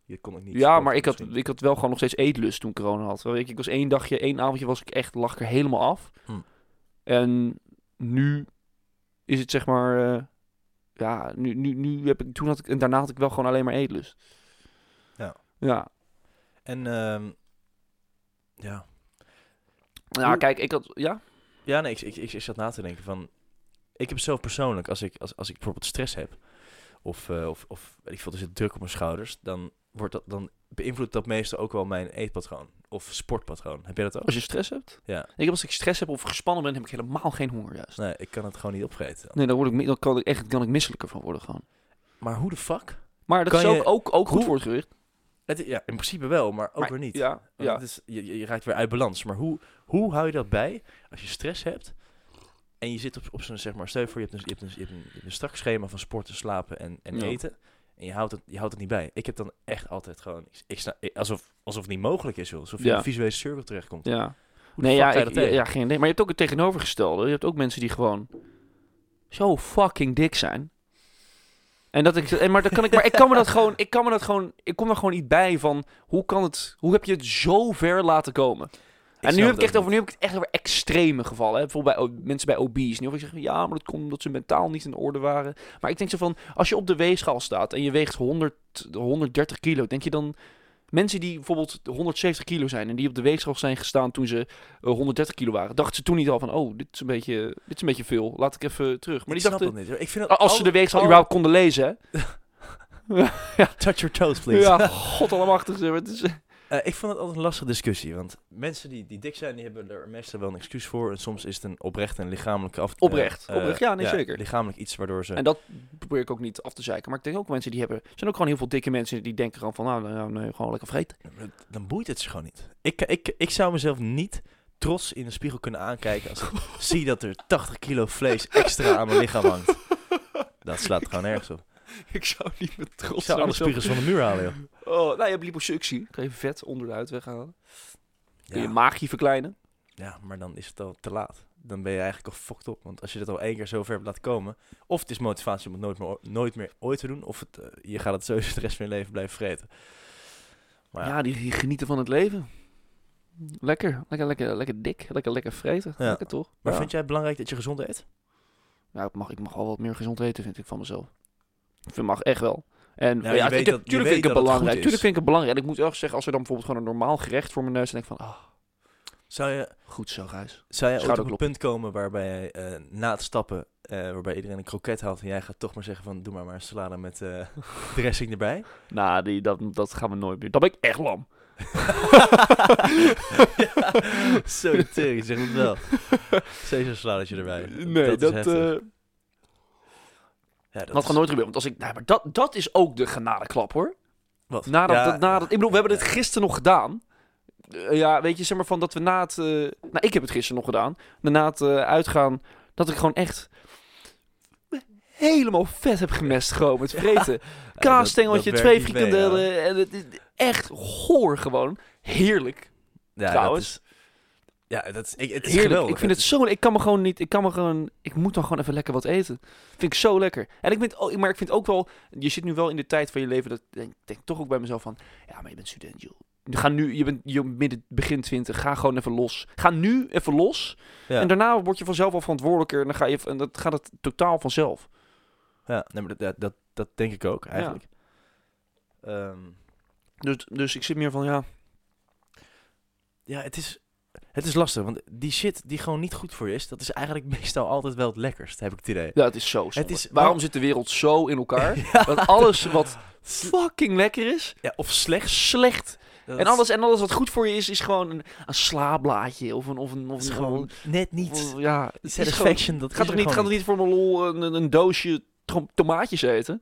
[SPEAKER 1] Je kon ook niet.
[SPEAKER 2] ja,
[SPEAKER 1] sporten
[SPEAKER 2] maar ik had,
[SPEAKER 1] misschien.
[SPEAKER 2] ik had wel gewoon nog steeds eetlust toen ik corona had. Weet je, Ik was één dagje, één avondje was ik echt, lag ik er helemaal af.
[SPEAKER 1] Hm.
[SPEAKER 2] En nu is het zeg maar, eh, ja, nu, nu, nu heb ik, toen had ik, en daarna had ik wel gewoon alleen maar eetlust.
[SPEAKER 1] Ja.
[SPEAKER 2] Ja.
[SPEAKER 1] En ehm, ja,
[SPEAKER 2] Ja,
[SPEAKER 1] Hoe-
[SPEAKER 2] kijk, ik had, ja.
[SPEAKER 1] ja, nee, ik, ik, ik, ik zat na te denken van. Ik heb zelf persoonlijk, als ik als, als ik bijvoorbeeld stress heb of eh, of of weet ik veel, er zit druk op mijn schouders, dan wordt dat dan beïnvloedt dat meestal ook wel mijn eetpatroon of sportpatroon. Heb jij dat ook?
[SPEAKER 2] Als je stress hebt.
[SPEAKER 1] Ja.
[SPEAKER 2] Ik heb als ik stress heb of gespannen ben, heb ik helemaal geen honger juist.
[SPEAKER 1] Nee, ik kan het gewoon niet opvreten.
[SPEAKER 2] Nee, dan, word ik, mi- dan kan ik echt kan ik misselijker van worden gewoon.
[SPEAKER 1] Maar hoe de fuck?
[SPEAKER 2] Maar dat
[SPEAKER 1] Kan
[SPEAKER 2] is ook,
[SPEAKER 1] je-
[SPEAKER 2] ook, ook goed
[SPEAKER 1] hoe-
[SPEAKER 2] voor het gewicht.
[SPEAKER 1] Het, i- ja, in principe wel, maar ook
[SPEAKER 2] Maar-
[SPEAKER 1] weer niet.
[SPEAKER 2] Ja,
[SPEAKER 1] Want
[SPEAKER 2] ja.
[SPEAKER 1] het is, je, je je raakt weer uit balans. Maar hoe, hoe hou je dat bij als je stress hebt en je zit op, op zo'n, zeg maar, stel je voor, je hebt een, je hebt een, je hebt een, je hebt een strak schema van sporten, slapen en, en
[SPEAKER 2] Ja.
[SPEAKER 1] eten. En je houdt, het, je houdt het niet bij. Ik heb dan echt altijd gewoon, ik, ik sta, ik- alsof, alsof het niet mogelijk is, joh. alsof je
[SPEAKER 2] Ja.
[SPEAKER 1] in een visuele cirkel terechtkomt.
[SPEAKER 2] ja.
[SPEAKER 1] Hoe de
[SPEAKER 2] Nee,
[SPEAKER 1] fuck
[SPEAKER 2] ja,
[SPEAKER 1] ga je
[SPEAKER 2] ik-
[SPEAKER 1] dat tegen?
[SPEAKER 2] ja, geen idee. Maar je hebt ook het tegenovergestelde. Je hebt ook mensen die gewoon zo fucking dik zijn. En dat ik, en maar, dan kan ik, maar ik kan me dat gewoon, ik kan me dat gewoon, ik kom er gewoon niet bij van hoe kan het, hoe heb je het zo ver laten komen? en nu
[SPEAKER 1] snap
[SPEAKER 2] heb, ik
[SPEAKER 1] het
[SPEAKER 2] echt
[SPEAKER 1] ook
[SPEAKER 2] over, nu heb ik het echt over extreme gevallen. Hè? Bijvoorbeeld bij o- mensen bij obese. Nu hoor ik zeggen, ja, maar dat komt omdat ze mentaal niet in orde waren. Maar ik denk zo van, als je op de weegschaal staat en je weegt 100, 130 kilo, denk je dan... Mensen die bijvoorbeeld 170 kilo zijn en die op de weegschaal zijn gestaan toen ze eh, 130 kilo waren, dachten ze toen niet al van, oh, dit is een beetje, dit is een beetje veel, laat ik even terug. Maar
[SPEAKER 1] Ik snap
[SPEAKER 2] die dachten,
[SPEAKER 1] het niet. hoor. Ik vind dat
[SPEAKER 2] als ze
[SPEAKER 1] al-
[SPEAKER 2] de weegschaal
[SPEAKER 1] al-
[SPEAKER 2] überhaupt konden lezen, hè?
[SPEAKER 1] Touch your toes, please.
[SPEAKER 2] Ja, godallemachtig. zeg maar, het is-
[SPEAKER 1] Eh, ik vond het altijd een lastige discussie. Want mensen die, die dik zijn, die hebben er meestal wel een excuus voor. En soms is het een oprecht en lichamelijke af...
[SPEAKER 2] Oprecht,
[SPEAKER 1] eh,
[SPEAKER 2] oprecht,
[SPEAKER 1] eh,
[SPEAKER 2] ja, nee, zeker.
[SPEAKER 1] Lichamelijk iets waardoor ze...
[SPEAKER 2] En dat probeer ik ook niet af te zeiken. Maar ik denk ook mensen die hebben, er zijn ook gewoon heel veel dikke mensen die denken gewoon van, nou, nou, nee, gewoon lekker vreten.
[SPEAKER 1] Dan boeit het ze gewoon niet. Ik, ik, ik zou mezelf niet trots in de spiegel kunnen aankijken als ik zie dat er 80 kilo vlees extra aan mijn lichaam hangt. Dat slaat gewoon nergens op.
[SPEAKER 2] Ik zou niet met
[SPEAKER 1] Ik
[SPEAKER 2] trots
[SPEAKER 1] zou
[SPEAKER 2] naar
[SPEAKER 1] alle
[SPEAKER 2] mezelf-
[SPEAKER 1] spiegels van de muur halen, joh.
[SPEAKER 2] Oh, nou, je hebt liposuctie. Kan je even vet onder de huid weghalen. Kun je
[SPEAKER 1] Ja,
[SPEAKER 2] maagje verkleinen.
[SPEAKER 1] ja, maar dan is het al te laat. dan ben je eigenlijk al fucked op. Want als je dat al één keer zo ver hebt laten komen, of het is motivatie om het nooit meer, o- nooit meer ooit te doen, of het, eh, je gaat het sowieso de rest van je leven blijven vreten. Maar ja,
[SPEAKER 2] Ja, die, die genieten van het leven. Lekker, lekker, lekker, lekker dik, lekker, lekker vreten.
[SPEAKER 1] Ja.
[SPEAKER 2] Lekker toch?
[SPEAKER 1] maar
[SPEAKER 2] ja.
[SPEAKER 1] vind jij het belangrijk dat je gezond eet?
[SPEAKER 2] Ja, ik mag, ik mag wel wat meer gezond eten, vind ik van mezelf. Ik vind, mag echt wel. En
[SPEAKER 1] Nou,
[SPEAKER 2] ja,
[SPEAKER 1] je weet
[SPEAKER 2] ik,
[SPEAKER 1] dat-
[SPEAKER 2] heb-
[SPEAKER 1] je
[SPEAKER 2] tuurlijk vind
[SPEAKER 1] weet dat
[SPEAKER 2] ik het
[SPEAKER 1] het goed
[SPEAKER 2] belangrijk.
[SPEAKER 1] is.
[SPEAKER 2] tuurlijk vind ik het belangrijk. En ik moet erg zeggen, als er dan bijvoorbeeld gewoon een normaal gerecht voor mijn neus is, dan denk ik van, ah,
[SPEAKER 1] Zou je,
[SPEAKER 2] goed zo, Gijs.
[SPEAKER 1] zou jij ooit op een
[SPEAKER 2] Schouderklop.
[SPEAKER 1] punt komen waarbij jij eh, na het stappen, eh, waarbij iedereen een kroket haalt en jij gaat toch maar zeggen van doe maar maar een salade met eh, dressing erbij?
[SPEAKER 2] Nou, die, dat, dat gaan we nooit meer. Dan ben ik echt lam.
[SPEAKER 1] ja, zo de tering, zeg het wel. Caesar saladetje erbij.
[SPEAKER 2] Nee,
[SPEAKER 1] is
[SPEAKER 2] dat,
[SPEAKER 1] heftig.
[SPEAKER 2] eh,
[SPEAKER 1] Ja, dat
[SPEAKER 2] Dat
[SPEAKER 1] is-
[SPEAKER 2] gaat nooit gebeuren. Want als ik. Nee, maar dat, dat is ook de genadeklap hoor.
[SPEAKER 1] Wat?
[SPEAKER 2] Nadat,
[SPEAKER 1] Ja,
[SPEAKER 2] dat, nadat, ik bedoel, we hebben
[SPEAKER 1] ja.
[SPEAKER 2] het gisteren nog gedaan. Eh, ja, weet je, zeg maar van dat we na het. eh, nou, ik heb het gisteren nog gedaan. Na het eh, uitgaan. Dat ik gewoon echt. me helemaal vet heb gemest gewoon met vreten.
[SPEAKER 1] ja, dat-
[SPEAKER 2] Kaasstengeltje,
[SPEAKER 1] dat werkt
[SPEAKER 2] twee
[SPEAKER 1] niet mee,
[SPEAKER 2] frikandellen.
[SPEAKER 1] ja.
[SPEAKER 2] en het is echt goor gewoon. Heerlijk.
[SPEAKER 1] Ja, dat
[SPEAKER 2] trouwens.
[SPEAKER 1] is- Ja, dat is, ik, het is
[SPEAKER 2] Heerlijk.
[SPEAKER 1] geweldig.
[SPEAKER 2] Ik vind het zo. Ik kan me gewoon niet. Ik kan me gewoon. Ik moet dan gewoon even lekker wat eten. Vind ik zo lekker. En ik vind. ook- Maar ik vind ook wel. Je zit nu wel in de tijd van je leven. Dat ik denk, denk toch ook bij mezelf van. Ja, maar je bent student, joh. Ga nu. Je bent je bent midden begin 20. Ga gewoon even los. Ga nu even los.
[SPEAKER 1] Ja.
[SPEAKER 2] En daarna word je vanzelf al verantwoordelijker. En dan ga je. En dat gaat het totaal vanzelf.
[SPEAKER 1] Ja, nee, maar dat- dat, dat, dat denk ik ook, eigenlijk. Ehm,
[SPEAKER 2] Dus, dus ik zit meer van ja.
[SPEAKER 1] ja, het is, het is lastig, want die shit die gewoon niet goed voor je is, dat is eigenlijk meestal altijd wel het lekkerst, heb ik het idee.
[SPEAKER 2] Ja, het is zo.
[SPEAKER 1] Het
[SPEAKER 2] Het
[SPEAKER 1] is-
[SPEAKER 2] is, waarom zit de wereld zo in elkaar?
[SPEAKER 1] Ja,
[SPEAKER 2] dat alles wat fucking lekker is,
[SPEAKER 1] ja, of slecht.
[SPEAKER 2] slecht
[SPEAKER 1] Dat
[SPEAKER 2] En alles, en alles wat goed voor je is, is gewoon een, een slaablaadje of een... Of een, of
[SPEAKER 1] is
[SPEAKER 2] een
[SPEAKER 1] gewoon net niet.
[SPEAKER 2] of- ja, het is gewoon-
[SPEAKER 1] Satisfaction, dat
[SPEAKER 2] het
[SPEAKER 1] is
[SPEAKER 2] gaat toch
[SPEAKER 1] er
[SPEAKER 2] niet, gaat
[SPEAKER 1] gewoon
[SPEAKER 2] er niet voor mijn lol een, een, een doosje trom- tomaatjes eten?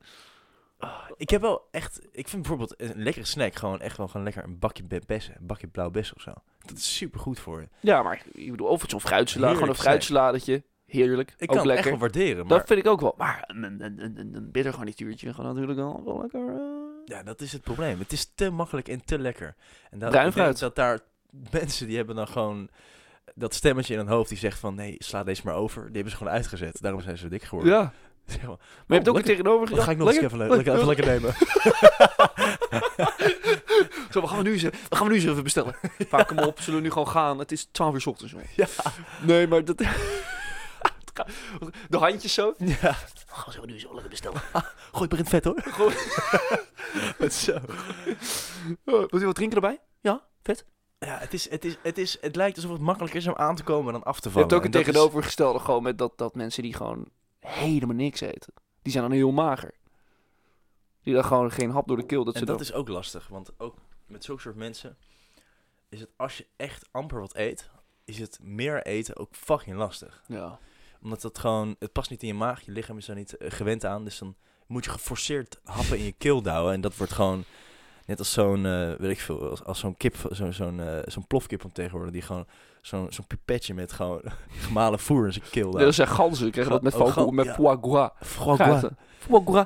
[SPEAKER 1] Ik heb wel echt, ik vind bijvoorbeeld een lekkere snack gewoon echt wel gewoon lekker een bakje be- bessen, een bakje blauw bessen of zo. Dat is super goed voor je.
[SPEAKER 2] Ja, maar ik bedoel, of het zo'n fruitsalade, gewoon een
[SPEAKER 1] Heerlijk snack.
[SPEAKER 2] fruitsaladetje. Heerlijk,
[SPEAKER 1] Ik kan
[SPEAKER 2] ook
[SPEAKER 1] het echt
[SPEAKER 2] lekker.
[SPEAKER 1] wel waarderen, maar
[SPEAKER 2] Dat vind ik ook wel. Maar een, een, een, een, een bittergarnituurtje gewoon natuurlijk wel, wel lekker... eh.
[SPEAKER 1] ja, dat is het probleem. Het is te makkelijk en te lekker. En dat,
[SPEAKER 2] Bruin
[SPEAKER 1] ik denk
[SPEAKER 2] fruit.
[SPEAKER 1] dat daar mensen die hebben dan gewoon dat stemmetje in hun hoofd die zegt van nee, sla deze maar over. Die hebben ze gewoon uitgezet. Daarom zijn ze zo dik geworden.
[SPEAKER 2] Ja, maar
[SPEAKER 1] Zeg maar, Oh,
[SPEAKER 2] je hebt
[SPEAKER 1] lekker.
[SPEAKER 2] ook het tegenover...
[SPEAKER 1] wat ga ik nog eens even le- lekker, even lekker nemen?
[SPEAKER 2] Zo, we gaan we nu eens, we gaan we nu eens even bestellen. Vaak kom op, zullen we nu gewoon gaan? Het is 12 uur 's ochtends. jongen.
[SPEAKER 1] Ja.
[SPEAKER 2] Nee, maar dat. De handjes zo.
[SPEAKER 1] ja,
[SPEAKER 2] Gaan we zo nu zo lekker bestellen.
[SPEAKER 1] gooi maar in het vet hoor.
[SPEAKER 2] Gooi-
[SPEAKER 1] Het is zo.
[SPEAKER 2] Oh, Wilt u wat drinken erbij? Ja, vet.
[SPEAKER 1] Ja, het, is, het, is, het, is, het lijkt alsof het makkelijker is om aan te komen dan af te
[SPEAKER 2] Je
[SPEAKER 1] vallen.
[SPEAKER 2] hebt
[SPEAKER 1] En
[SPEAKER 2] ook het
[SPEAKER 1] dat is-
[SPEAKER 2] tegenovergestelde gewoon met dat, dat mensen die gewoon helemaal niks eten. Die zijn dan heel mager. Die dan gewoon geen hap door de keel. Dat ze
[SPEAKER 1] en dat
[SPEAKER 2] dan-
[SPEAKER 1] is ook lastig, want ook met zulke soort mensen is het als je echt amper wat eet, is het meer eten ook fucking lastig.
[SPEAKER 2] Ja.
[SPEAKER 1] Omdat dat gewoon, het past niet in je maag, je lichaam is daar niet eh, gewend aan, dus dan moet je geforceerd happen in je keel douwen en dat wordt gewoon net als zo'n, eh, weet ik veel, als, als zo'n kip, zo'n zo'n eh, zo'n plofkip om tegenwoordig, die gewoon zo'n zo'n pipetje met gewoon gemalen voer in zijn keel
[SPEAKER 2] Nee, dat
[SPEAKER 1] douwt.
[SPEAKER 2] zijn ganzen. Die krijgen dat met,
[SPEAKER 1] Oh,
[SPEAKER 2] foie-
[SPEAKER 1] gal-
[SPEAKER 2] met
[SPEAKER 1] ja.
[SPEAKER 2] foie gras.
[SPEAKER 1] Foie gras.
[SPEAKER 2] Gaten. Foie gras.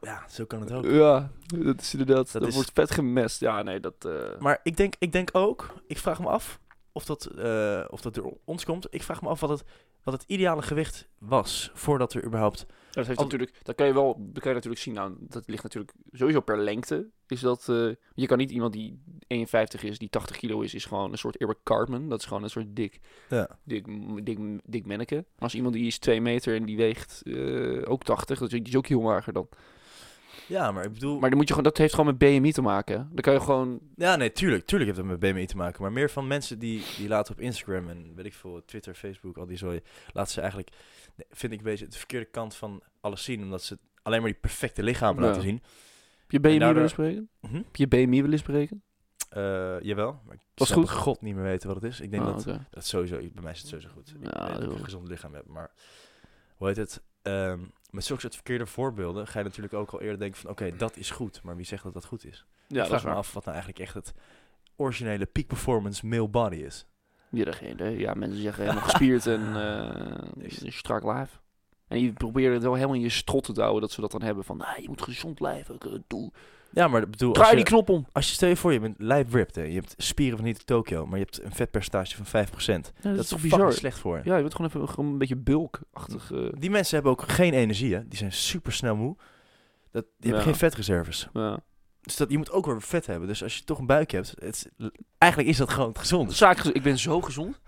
[SPEAKER 1] Ja, zo kan het ook.
[SPEAKER 2] Ja, dat is inderdaad.
[SPEAKER 1] Dat
[SPEAKER 2] Dat,
[SPEAKER 1] is-
[SPEAKER 2] wordt vet gemest. Ja, nee, dat. eh,
[SPEAKER 1] Maar ik denk, ik denk ook, ik vraag me af of dat, eh, of dat door ons komt. Ik vraag me af wat het, wat het ideale gewicht was voordat er überhaupt.
[SPEAKER 2] Ja, dat heeft
[SPEAKER 1] Al-
[SPEAKER 2] natuurlijk, dat kan je wel, dat kan je natuurlijk zien. Nou, dat ligt natuurlijk sowieso per lengte. Is dat, eh, je kan niet iemand die 51 is, die 80 kilo is, is gewoon een soort Eric Cartman. Dat is gewoon een soort dik,
[SPEAKER 1] Ja.
[SPEAKER 2] dik, dik, dik manneke. Maar als iemand die is 2 meter en die weegt eh, ook 80, dat is, die is ook heel mager dan.
[SPEAKER 1] ja, maar ik bedoel.
[SPEAKER 2] Maar dan moet je gewoon, dat heeft gewoon met BMI te maken. hè. Dan kan je gewoon,
[SPEAKER 1] Ja, nee, tuurlijk, tuurlijk heeft dat met BMI te maken. Maar meer van mensen die, die laten op Instagram en weet ik veel, Twitter, Facebook, al die zooi. Laten ze eigenlijk, vind ik een beetje, de verkeerde kant van alles zien. Omdat ze alleen maar die perfecte lichamen
[SPEAKER 2] Ja.
[SPEAKER 1] laten zien.
[SPEAKER 2] heb je BMI
[SPEAKER 1] daardoor-
[SPEAKER 2] willen spreken?
[SPEAKER 1] Mhm.
[SPEAKER 2] Heb je BMI willen spreken?
[SPEAKER 1] Eh, jawel, maar ik
[SPEAKER 2] Was
[SPEAKER 1] snap
[SPEAKER 2] goed?
[SPEAKER 1] god niet meer weten wat het is. Ik denk
[SPEAKER 2] Ah,
[SPEAKER 1] dat
[SPEAKER 2] oké.
[SPEAKER 1] Dat is sowieso, bij mij is het sowieso goed. Ik
[SPEAKER 2] Ja,
[SPEAKER 1] weet dat ik
[SPEAKER 2] heel
[SPEAKER 1] een
[SPEAKER 2] goed.
[SPEAKER 1] gezond lichaam heb, maar hoe heet het? Ehm, met zulke soort verkeerde voorbeelden ga je natuurlijk ook al eerder denken van oké, dat is goed, maar wie zegt dat dat goed is?
[SPEAKER 2] Ja,
[SPEAKER 1] ik
[SPEAKER 2] dat is
[SPEAKER 1] vraag me
[SPEAKER 2] waar.
[SPEAKER 1] af wat nou eigenlijk echt het originele peak performance male body is.
[SPEAKER 2] Ja, dat geen idee. Ja, mensen zeggen helemaal gespierd en eh,
[SPEAKER 1] Niks.
[SPEAKER 2] een strak lijf. "Ah, En die proberen het wel helemaal in je strot te houden dat ze dat dan hebben van, nou, je moet gezond blijven, ik, eh, doe,
[SPEAKER 1] Ja, maar ik bedoel, als
[SPEAKER 2] Draai die
[SPEAKER 1] je,
[SPEAKER 2] knop om.
[SPEAKER 1] als je stel je voor, je bent lijp ripped, hè. je hebt spieren van niet Tokio, maar je hebt een vetpercentage van 5%. Dat,
[SPEAKER 2] Ja, dat,
[SPEAKER 1] is
[SPEAKER 2] toch
[SPEAKER 1] toch
[SPEAKER 2] bizar.
[SPEAKER 1] bizar slecht voor je.
[SPEAKER 2] Ja, je wordt gewoon even gewoon een beetje bulkachtig. eh,
[SPEAKER 1] Die mensen hebben ook geen energie, hè. Die zijn super snel moe. Dat, die
[SPEAKER 2] Ja.
[SPEAKER 1] hebben geen vetreserves.
[SPEAKER 2] ja.
[SPEAKER 1] Dus dat, je moet ook weer vet hebben. Dus als je toch een buik hebt, het, is- eigenlijk is dat gewoon het gezond.
[SPEAKER 2] Zaak, ik ben zo gezond.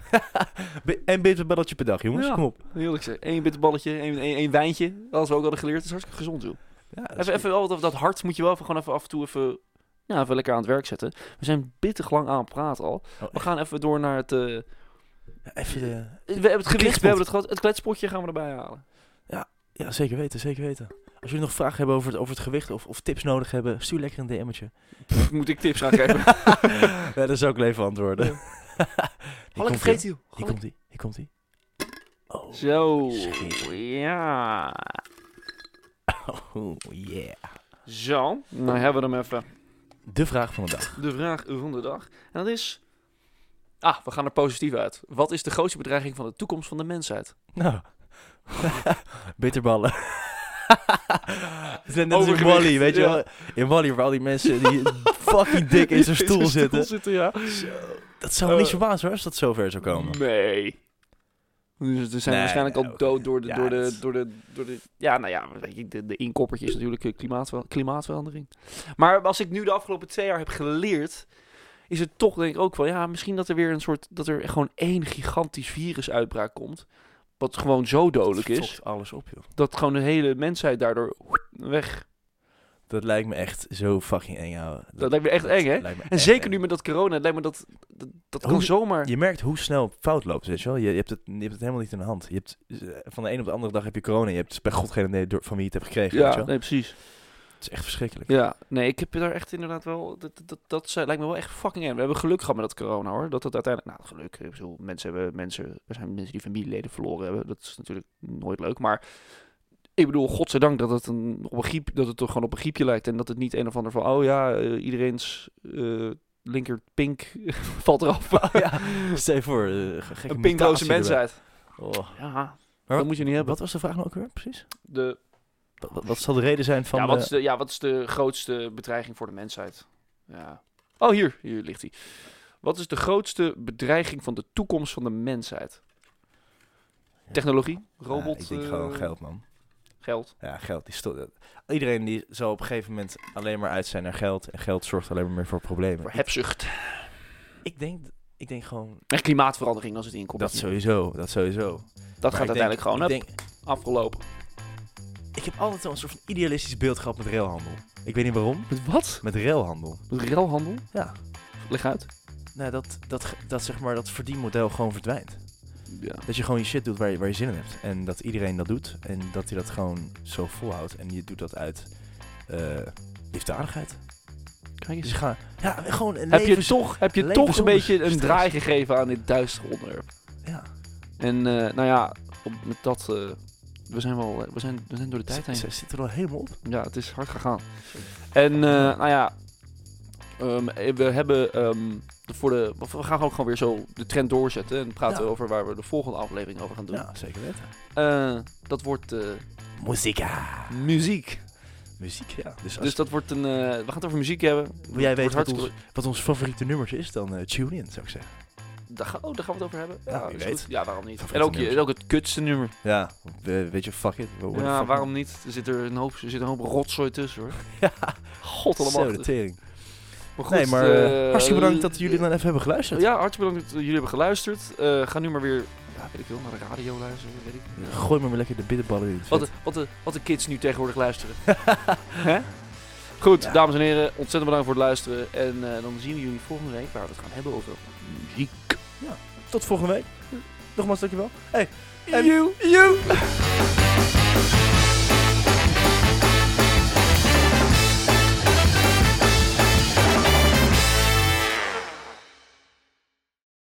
[SPEAKER 1] en bitterballetje per dag, jongens.
[SPEAKER 2] Ja.
[SPEAKER 1] Kom op.
[SPEAKER 2] Heerlijk zeg. Eén bitterballetje, één, één, één wijntje. Dat hadden we ook hadden geleerd. Dat is hartstikke gezond, joh.
[SPEAKER 1] Ja, dat is
[SPEAKER 2] Even, even wel, dat, dat hart moet je wel even, gewoon even af en toe even, ja, even lekker aan het werk zetten. We zijn bitter lang aan het praten al.
[SPEAKER 1] Oh,
[SPEAKER 2] We gaan even door naar het... eh,
[SPEAKER 1] Ja, Even eh, de...
[SPEAKER 2] we hebben het gewicht,
[SPEAKER 1] kletspot.
[SPEAKER 2] we hebben het gehad. Het kletspotje gaan we erbij halen.
[SPEAKER 1] Ja, zeker weten, zeker weten. Als jullie nog vragen hebben over het, over het gewicht of, of tips nodig hebben, stuur lekker een DM'tje.
[SPEAKER 2] moet ik tips gaan geven?
[SPEAKER 1] ja, dat zou ik wel even antwoorden.
[SPEAKER 2] Ja.
[SPEAKER 1] Hier
[SPEAKER 2] Hallo,
[SPEAKER 1] komt-ie,
[SPEAKER 2] vergeet joh.
[SPEAKER 1] Hier komt hij, hier komt hij. Oh,
[SPEAKER 2] Zo,
[SPEAKER 1] Schitterend.
[SPEAKER 2] ja.
[SPEAKER 1] oh, yeah.
[SPEAKER 2] Zo, nou hebben we hem even.
[SPEAKER 1] De vraag van de dag.
[SPEAKER 2] De vraag van de dag. En dat is... Ah, we gaan er positief uit. Wat is de grootste bedreiging van de toekomst van de mensheid?
[SPEAKER 1] Nou, bitterballen. Het is net als in
[SPEAKER 2] Overgewicht,
[SPEAKER 1] Wally, weet je
[SPEAKER 2] ja.
[SPEAKER 1] wel. In Wally waar al die mensen die fucking dik in zijn stoel zitten.
[SPEAKER 2] ja.
[SPEAKER 1] Dat zou me niet
[SPEAKER 2] Eh,
[SPEAKER 1] verbazen hoor, als dat zo ver zou komen.
[SPEAKER 2] Nee. Dus er zijn
[SPEAKER 1] Nee,
[SPEAKER 2] waarschijnlijk al
[SPEAKER 1] oké.
[SPEAKER 2] dood door de,
[SPEAKER 1] Ja,
[SPEAKER 2] door, de,
[SPEAKER 1] dat-
[SPEAKER 2] door, de, door de... Ja, nou ja, weet je, de, de inkoppertje is natuurlijk eh, klimaatver- klimaatverandering. Maar als ik nu de afgelopen twee jaar heb geleerd... is het toch denk ik ook wel... Ja, misschien dat er weer een soort... dat er gewoon één gigantisch virusuitbraak komt... wat gewoon zo
[SPEAKER 1] Dat
[SPEAKER 2] dodelijk is...
[SPEAKER 1] fokt alles op joh.
[SPEAKER 2] dat gewoon de hele mensheid daardoor weg...
[SPEAKER 1] Dat lijkt me echt zo fucking eng houden.
[SPEAKER 2] Dat lijkt me echt eng, hè? En
[SPEAKER 1] lijkt me
[SPEAKER 2] En
[SPEAKER 1] echt
[SPEAKER 2] zeker
[SPEAKER 1] eng.
[SPEAKER 2] nu met dat corona, het lijkt me dat... Dat, dat
[SPEAKER 1] Hoe-
[SPEAKER 2] kan zomaar...
[SPEAKER 1] Je merkt hoe snel het fout loopt, weet je wel. Je, je hebt het, je hebt het helemaal niet in de hand. Je hebt, eh, van de ene op de andere dag heb je corona. Je hebt bij god geen idee door, van wie je het hebt gekregen, weet je
[SPEAKER 2] Ja,
[SPEAKER 1] wel.
[SPEAKER 2] nee, precies.
[SPEAKER 1] Het is echt verschrikkelijk.
[SPEAKER 2] Ja, nee, ik heb daar echt inderdaad wel. Dat, dat, dat zei- lijkt me wel echt fucking eng. We hebben geluk gehad met dat corona hoor. Dat het uiteindelijk. Nou, geluk. Ik bedoel, mensen hebben. Mensen, er zijn mensen die familieleden verloren hebben. Dat is natuurlijk nooit leuk. Maar ik bedoel, godzijdank dat het, een, op een griep, dat het toch gewoon op een griepje lijkt. En dat het niet een of ander van. Oh ja, eh, iedereen's eh, linker pink valt eraf.
[SPEAKER 1] ja. Stel je voor, eh, ge- gekke
[SPEAKER 2] een pinkroze
[SPEAKER 1] mutatie erbij.
[SPEAKER 2] mensheid.
[SPEAKER 1] Oh.
[SPEAKER 2] Ja,
[SPEAKER 1] Maar
[SPEAKER 2] dat
[SPEAKER 1] wat,
[SPEAKER 2] moet je niet hebben.
[SPEAKER 1] wat was de vraag nou ook weer, precies?
[SPEAKER 2] De,
[SPEAKER 1] Wat, wat, wat zal de reden zijn van...
[SPEAKER 2] ja, wat
[SPEAKER 1] de-
[SPEAKER 2] is de, ja, wat is de grootste bedreiging voor de mensheid? Ja. Oh, hier, hier ligt hij. Wat is de grootste bedreiging van de toekomst van de mensheid? Technologie, robot,
[SPEAKER 1] Ja, ik denk
[SPEAKER 2] eh,
[SPEAKER 1] gewoon geld, man.
[SPEAKER 2] geld.
[SPEAKER 1] Ja, geld. Die sto- dat- Iedereen die zal op een gegeven moment alleen maar uit zijn naar geld. En geld zorgt alleen maar meer voor problemen.
[SPEAKER 2] Voor hebzucht.
[SPEAKER 1] Ik denk, ik denk gewoon...
[SPEAKER 2] En klimaatverandering als het inkomt.
[SPEAKER 1] Dat sowieso, dat sowieso.
[SPEAKER 2] dat gaat
[SPEAKER 1] Maar ik denk-
[SPEAKER 2] uiteindelijk gewoon
[SPEAKER 1] ik
[SPEAKER 2] hup,
[SPEAKER 1] denk,
[SPEAKER 2] afgelopen.
[SPEAKER 1] Ik heb altijd wel een soort van idealistisch beeld gehad met railhandel. Ik weet niet waarom.
[SPEAKER 2] Met wat?
[SPEAKER 1] Met railhandel.
[SPEAKER 2] Met ruilhandel?
[SPEAKER 1] Ja.
[SPEAKER 2] Leg uit.
[SPEAKER 1] Nou, dat, dat, ge- dat, zeg maar, dat verdienmodel gewoon verdwijnt.
[SPEAKER 2] Ja.
[SPEAKER 1] Dat je gewoon je shit doet waar je, waar je zin in hebt. En dat iedereen dat doet. En dat je dat gewoon zo volhoudt. En je doet dat uit eh liefdadigheid.
[SPEAKER 2] Kijk
[SPEAKER 1] Dus
[SPEAKER 2] eens.
[SPEAKER 1] je gaat... Ja, gewoon een
[SPEAKER 2] Heb je
[SPEAKER 1] leven z-
[SPEAKER 2] toch, heb je
[SPEAKER 1] leven
[SPEAKER 2] toch een
[SPEAKER 1] zonder
[SPEAKER 2] beetje een
[SPEAKER 1] stress.
[SPEAKER 2] draai gegeven aan dit duistere onderwerp?
[SPEAKER 1] Ja.
[SPEAKER 2] En eh, nou ja, op, met dat. eh, we zijn wel. eh, we, zijn, we zijn door de tijd
[SPEAKER 1] Ze,
[SPEAKER 2] heen.
[SPEAKER 1] ze zit er al helemaal op.
[SPEAKER 2] Ja, het is hard gegaan. En eh, nou ja. ehm, eh, we hebben. ehm, de- voor de, we gaan ook gewoon weer zo de trend doorzetten. En praten
[SPEAKER 1] Ja.
[SPEAKER 2] we over waar we de volgende aflevering over gaan doen.
[SPEAKER 1] Ja, zeker weten.
[SPEAKER 2] Eh, dat wordt eh,
[SPEAKER 1] Muzika.
[SPEAKER 2] muziek.
[SPEAKER 1] Muziek, ja. Dus als
[SPEAKER 2] Dus dat wordt een. eh, we gaan het over muziek hebben.
[SPEAKER 1] wil jij weten wat
[SPEAKER 2] hartstikke
[SPEAKER 1] ons, wat ons favoriete nummers is, dan eh, tune in, zou ik zeggen.
[SPEAKER 2] Daar, ga- oh, daar gaan we het over hebben.
[SPEAKER 1] Ja, wie
[SPEAKER 2] is
[SPEAKER 1] weet.
[SPEAKER 2] goed. Ja, waarom niet?
[SPEAKER 1] Favoriete
[SPEAKER 2] En ook, je-
[SPEAKER 1] nummers.
[SPEAKER 2] en ook het kutste nummer.
[SPEAKER 1] Ja, we- weet je, fuck it. We worden
[SPEAKER 2] Ja,
[SPEAKER 1] Oh, fucking-
[SPEAKER 2] waarom niet? Er zit er een hoop, er zit een hoop rotzooi tussen hoor.
[SPEAKER 1] Ja.
[SPEAKER 2] God
[SPEAKER 1] Zo, de
[SPEAKER 2] allemaal.
[SPEAKER 1] tering.
[SPEAKER 2] Maar goed,
[SPEAKER 1] nee, maar eh,
[SPEAKER 2] eh,
[SPEAKER 1] hartstikke bedankt
[SPEAKER 2] eh,
[SPEAKER 1] dat jullie dan even hebben geluisterd.
[SPEAKER 2] Ja, hartstikke bedankt dat jullie hebben geluisterd. Eh, ga nu maar weer, ja, weet ik wel, naar de radio luisteren, weet ik.
[SPEAKER 1] Gooi maar weer lekker de bitterballen in. het
[SPEAKER 2] Wat de,
[SPEAKER 1] vet.
[SPEAKER 2] wat, de, wat de kids nu tegenwoordig luisteren. Hè? Goed,
[SPEAKER 1] Ja.
[SPEAKER 2] dames en heren, ontzettend bedankt voor het luisteren. En eh, dan zien we jullie volgende week waar we het gaan hebben over muziek.
[SPEAKER 1] Tot volgende week. Nogmaals, dankjewel. Hey, en-
[SPEAKER 2] you, you.